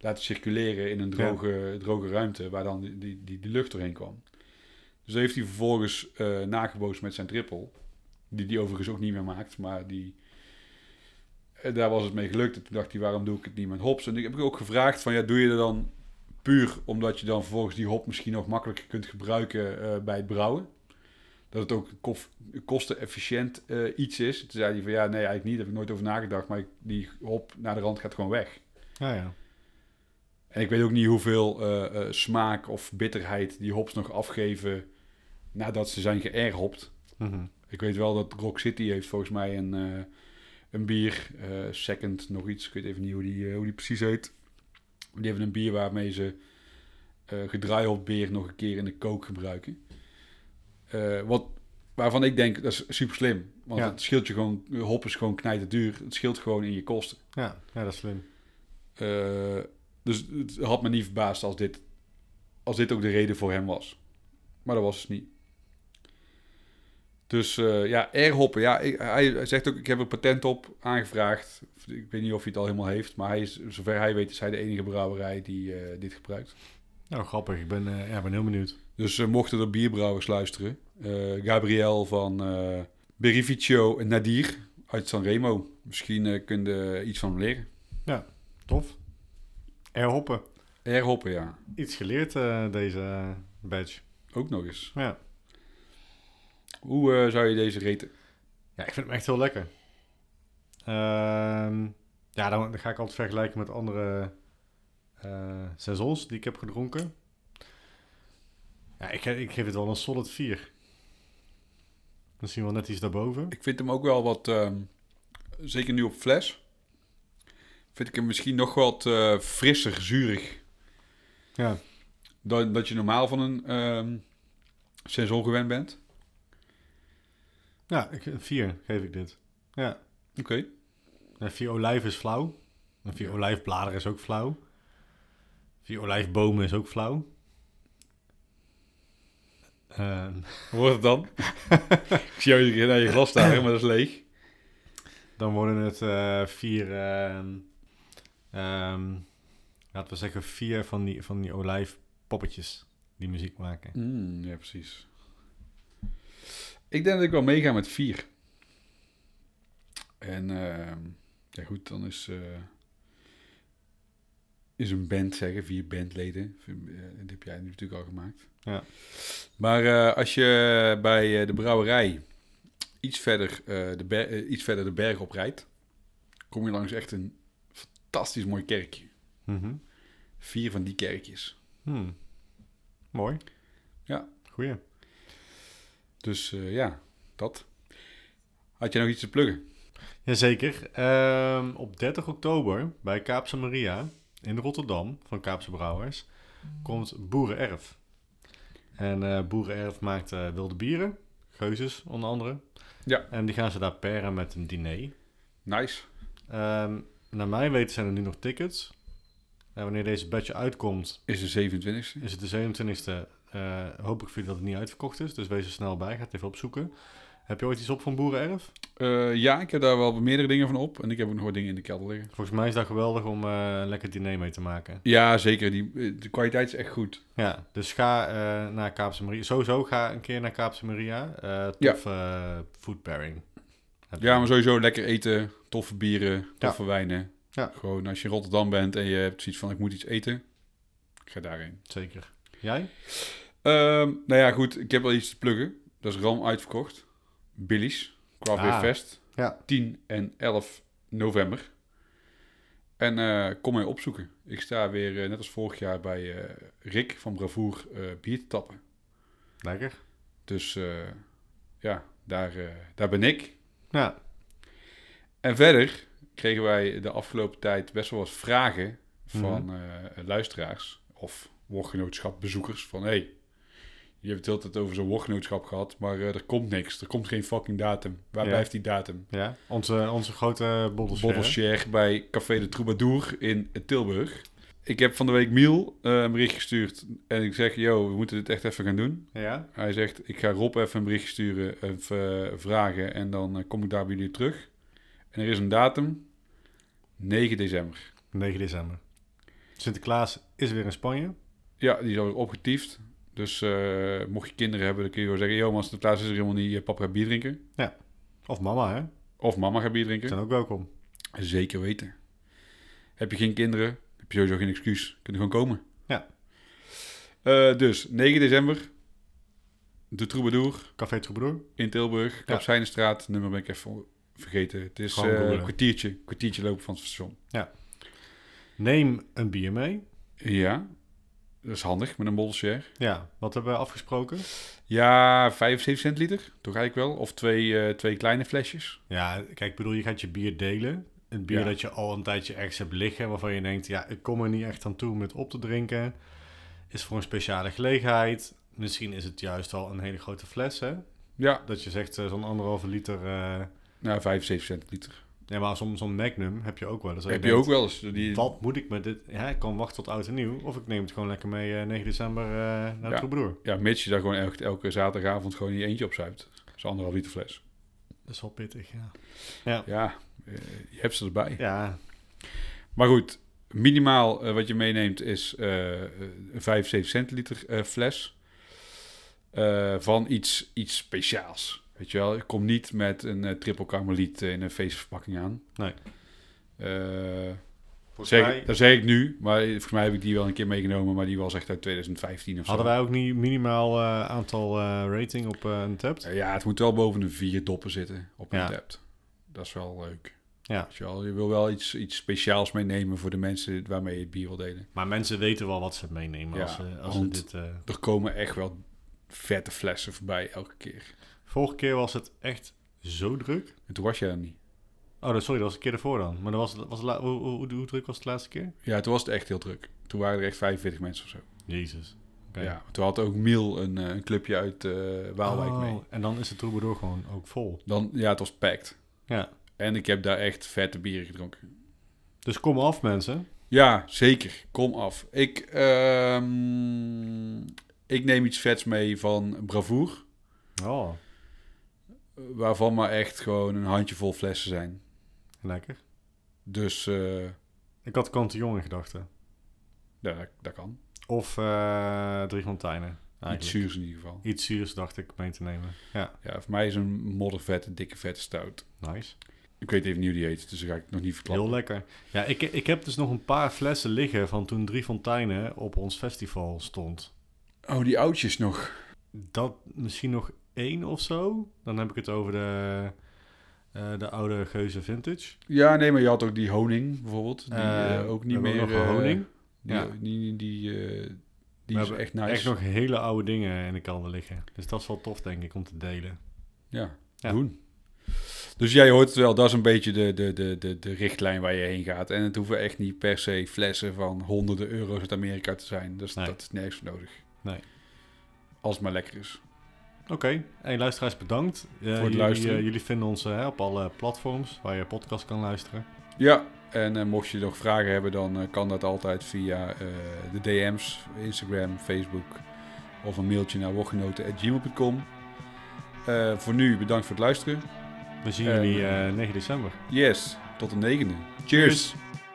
laten circuleren in een droge, droge ruimte waar dan die, die, die, die lucht doorheen kwam. Dus dat heeft hij vervolgens eh nagebootst met zijn trippel. Die die overigens ook niet meer maakt, maar die. eh, Daar was het mee gelukt. En toen dacht hij, waarom doe ik het niet met hops? En ik heb ik ook gevraagd van, ja, doe je er dan puur omdat je dan vervolgens die hop misschien nog makkelijker kunt gebruiken eh, bij het brouwen? Dat het ook kof- kostenefficiënt eh, iets is. Toen zei hij van, ja, nee, eigenlijk niet. Daar heb ik nooit over nagedacht. Maar ik- die hop naar de rand gaat gewoon weg.
Ja, ja.
En ik weet ook niet hoeveel eh, eh, smaak of bitterheid die hops nog afgeven nadat ze zijn geërhopt.
Mhm.
Ik weet wel dat Rock City heeft volgens mij een, eh, een bier, eh, Second nog iets, ik weet even niet hoe die, eh, hoe die precies heet. Die hebben een bier waarmee ze eh gedraaihopt beer nog een keer in de kook gebruiken. Eh, wat, waarvan ik denk, dat is super slim. Want
Ja.
het scheelt je gewoon, hop is gewoon knijten duur. Het scheelt gewoon in je kosten.
ja. Ja, dat is slim.
Eh, dus het had me niet verbaasd als dit, als dit ook de reden voor hem was. Maar dat was het niet. Dus eh, ja, airhoppen. Ja, ik- hij hij zegt ook, ik heb er patent op aangevraagd. Of Ik weet niet of hij het al helemaal heeft. Maar hij is, zover hij weet is hij de enige brouwerij die eh, dit gebruikt.
Nou, grappig. Ik ben, eh, ja, ben heel benieuwd.
Dus eh, mochten er bierbrouwers luisteren. eh, Gabriel van eh Berificio Nadir uit Sanremo. Misschien eh kun je iets van hem leren.
Tof. Airhoppen.
Airhoppen, ja.
Iets geleerd, eh, deze badge.
Ook nog eens.
Ja.
Hoe eh, zou je deze reten?
Ja, ik vind hem echt heel lekker. Ehm, ja, dan, dan ga ik altijd vergelijken met andere eh saisons die ik heb gedronken. Ja, ik, ge- ik geef het wel een solid 4. Misschien wel net iets daarboven.
Ik vind hem ook wel wat, ehm, zeker nu op fles, vind ik hem misschien nog wat eh, frisser, zurig
Ja,
dan dat je normaal van een ehm saison gewend bent.
ja ik, een 4 geef ik dit. Ja,
Oké.
een 4 olijf is flauw. Een 4
Ja.
olijfbladeren is ook flauw. Die olijfbomen is ook flauw. Ehm,
Wat wordt het dan? ik zie jou naar je glas staren, maar dat is leeg.
dan worden het eh, vier, ehm, ehm, laten we zeggen, vier van die, van die olijfpoppetjes die muziek maken.
Mm, ja, precies. Ik denk dat ik wel meega met vier. En ehm, ja goed, dan is, eh, is een band zeggen, vier bandleden. Eh, Dat heb jij natuurlijk al gemaakt.
Ja.
Maar eh, als je bij eh, de brouwerij iets verder, eh, de ber- eh, iets verder de berg op rijdt, kom je langs echt een fantastisch mooi kerkje.
Mhm.
Vier van die kerkjes.
Hmm. Mooi.
Ja.
Goeie.
Dus eh, ja, dat. Had je nog iets te pluggen?
Jazeker. Ehm, op 30 oktober bij Kaapse Maria in Rotterdam van Kaapse Brouwers komt Boerenerf. En eh Boerenerf maakt eh, wilde bieren, geuzes onder andere.
Ja.
En die gaan ze daar peren met een diner.
Nice.
Ehm, naar mijn weten zijn er nu nog tickets. En wanneer deze badge uitkomt,
Is de 27e.
is het de 27e. Eh, hoop ik voor jullie dat het niet uitverkocht is, dus wees er snel bij. Ga het even opzoeken. Heb je ooit iets op van Boerenerf?
Eh, ja, ik heb daar wel meerdere dingen van op. En ik heb ook nog wat dingen in de kelder liggen.
Volgens mij is dat geweldig om eh, een lekker diner mee te maken.
Ja, zeker. Die, eh, de kwaliteit is echt goed.
Ja, dus ga eh, naar Kaapse Maria. Sowieso ga een keer naar Kaapse Maria. Eh tof eh, food pairing. Heb je.
Ja, maar sowieso lekker eten. Toffe bieren, toffe wijnen.
Ja.
Gewoon als je in Rotterdam bent en je hebt zoiets van ik moet iets eten. Ik ga daarheen.
Zeker. Jij?
Ehm, nou ja, goed. Ik heb wel iets te pluggen. Dat is Ram uitverkocht. Billy's. Craft Beer
Ah,
Fest.
ja.
10 en 11 november. En eh, kom mij opzoeken. Ik sta weer, eh, net als vorig jaar, bij eh, Rick van Bravoer eh, bier te tappen.
Lekker.
Dus eh, ja, daar, eh, daar ben ik.
Ja.
En verder kregen wij de afgelopen tijd best wel wat vragen van eh, luisteraars of woordgenootschap bezoekers van hé, hey, je hebt het de hele tijd over zo'n woordgenootschap gehad, maar eh, er komt niks. Er komt geen fucking datum. Waar
Ja.
blijft die datum?
ja. Onze, onze grote bottleshare.
Bottleshare bij Café de Troubadour in Tilburg. Ik heb van de week Miel eh, een bericht gestuurd en ik zeg, yo, we moeten dit echt even gaan doen.
Ja.
Hij zegt, ik ga Rob even een berichtje sturen, of eh, vragen en dan eh, kom ik daar bij jullie terug. En er is een datum, 9 december.
9 december. Sinterklaas is weer in Spanje.
Ja, die is alweer opgetiefd. Dus eh, mocht je kinderen hebben, dan kun je gewoon zeggen, joh, maar Sinterklaas is er helemaal niet, eh, papa gaat bier drinken.
Of mama, hè?
Of mama gaat bier drinken.
Zijn ook welkom.
Zeker weten. Heb je geen kinderen, heb je sowieso geen excuus. Kunnen gewoon komen.
Ja.
Eh, dus, 9 december, de Troubadour.
Café Troubadour.
in Tilburg, Kapseinenstraat. Nummer ben ik even vergeten. Het is
Gewoon
eh,
googlen.
een kwartiertje, kwartiertje lopen van het station.
Neem een bier mee.
Ja, dat is handig met een bolshare.
Ja. Wat hebben we afgesproken?
Ja, 75 cent liter, toch eigenlijk wel. Of twee, eh, twee kleine flesjes.
Ja, kijk, ik bedoel, je gaat je bier delen. Een bier
Ja.
dat je al een tijdje ergens hebt liggen, waarvan je denkt, ja, ik kom er niet echt aan toe om het op te drinken. Is voor een speciale gelegenheid. Misschien is het juist al een hele grote fles, hè?
Ja,
Dat je zegt, eh, zo'n anderhalve liter... eh,
nou, 75 cent liter.
Ja, maar zo'n zo'n Magnum heb je ook wel eens. Dat
heb je
denkt,
ook wel eens. Die,
Wat moet ik met dit? Ja, ik kan wachten tot oud en nieuw. Of ik neem het gewoon lekker mee eh, 9 december eh, naar de
Ja.
Troubadour.
ja, mits je daar gewoon elke, elke zaterdagavond gewoon je eentje opzuipt. Dat is anderhalf liter fles.
Dat is wel pittig, ja.
Ja, eh, je hebt ze erbij.
Ja,
Maar goed, minimaal eh, wat je meeneemt is eh, een 75 centiliter eh, fles eh, van iets, iets speciaals. Weet je wel, ik kom niet met een eh, triple karmeliet eh, in een feestverpakking aan.
Nee.
Eh,
volgens
zeg,
mij...
Dat zeg ik nu, maar volgens mij heb ik die wel een keer meegenomen, maar die was echt uit 2015 of zo.
Hadden wij ook niet minimaal eh, aantal eh, rating op eh een tap?
Eh, ja, het moet wel boven de vier doppen zitten op een
Ja.
tab. Dat is wel leuk.
Ja.
Weet Je, wel, je wil wel iets, iets speciaals meenemen voor de mensen waarmee je het bier wil delen.
Maar mensen weten wel wat ze meenemen
Ja,
als, ze, als ze
want-
dit... eh,
er komen echt wel vette flessen voorbij elke keer.
Vorige keer was het echt zo druk.
En toen was jij er niet.
Oh, dat- sorry, dat was een keer ervoor dan. Maar dat was, was la- hoe, hoe, hoe- hoe druk was het de laatste keer?
Ja, toen was het echt heel druk. Toen waren er echt 45 mensen of zo.
Jezus. Oké.
Ja, toen had ook Miel een, eh, een clubje uit eh, Waalwijk
Oh,
mee.
En dan is de troubadour gewoon ook vol.
Dan, ja, het was packed.
Ja.
En ik heb daar echt vette bieren gedronken.
Dus kom af, mensen.
Ja, zeker. Kom af. Ik, ehm, ik neem iets vets mee van Bravoer.
Oh,
Waarvan maar echt gewoon een handjevol flessen zijn.
lekker.
Dus eh,
Ik had Cantillon in gedachten.
ja, dat, dat kan.
Of eh Drie Fonteinen.
Iets
eigenlijk.
zuurs in ieder geval.
Iets zuurs dacht ik mee te nemen. Ja,
Ja, voor mij is een moddervette, dikke vette stout.
nice.
Ik weet even niet hoe die heet, dus dat ga ik nog niet verklappen.
Heel lekker. Ja, ik, ik heb dus nog een paar flessen liggen van toen Drie Fonteinen op ons festival stond.
Oh, die oudjes nog.
Dat misschien nog één of zo. Dan heb ik het over de, eh, de oude Geuze Vintage.
Ja, nee, maar je had ook die honing bijvoorbeeld. Die
Eh,
eh, ook
we
niet
hebben
meer...
ook nog een
eh,
honing.
Die,
Ja.
die, die, eh, die
We
is
hebben
echt nice.
Echt nog hele oude dingen in de kelder liggen. Dus dat is wel tof, denk ik, om te delen.
Ja,
Ja.
doen. Dus jij hoort het wel, dat is een beetje de, de, de, de, de richtlijn waar je heen gaat. En het hoeven echt niet per se flessen van honderden euro's uit Amerika te zijn. Dus
Nee.
dat is nergens voor nodig.
Nee.
Als het maar lekker is.
Oké, hey, luisteraars bedankt. Eh,
het
jullie,
luisteren.
eh, jullie vinden ons eh, op alle platforms waar je podcast kan luisteren.
Ja, en eh, mocht je nog vragen hebben, dan eh, kan dat altijd via eh, de DM's, Instagram, Facebook of een mailtje naar wochtgenoten.gmail.com. Eh, voor nu bedankt voor het luisteren.
We zien
Eh,
jullie eh 9 december.
Yes, tot de negende. Cheers.
Cheers.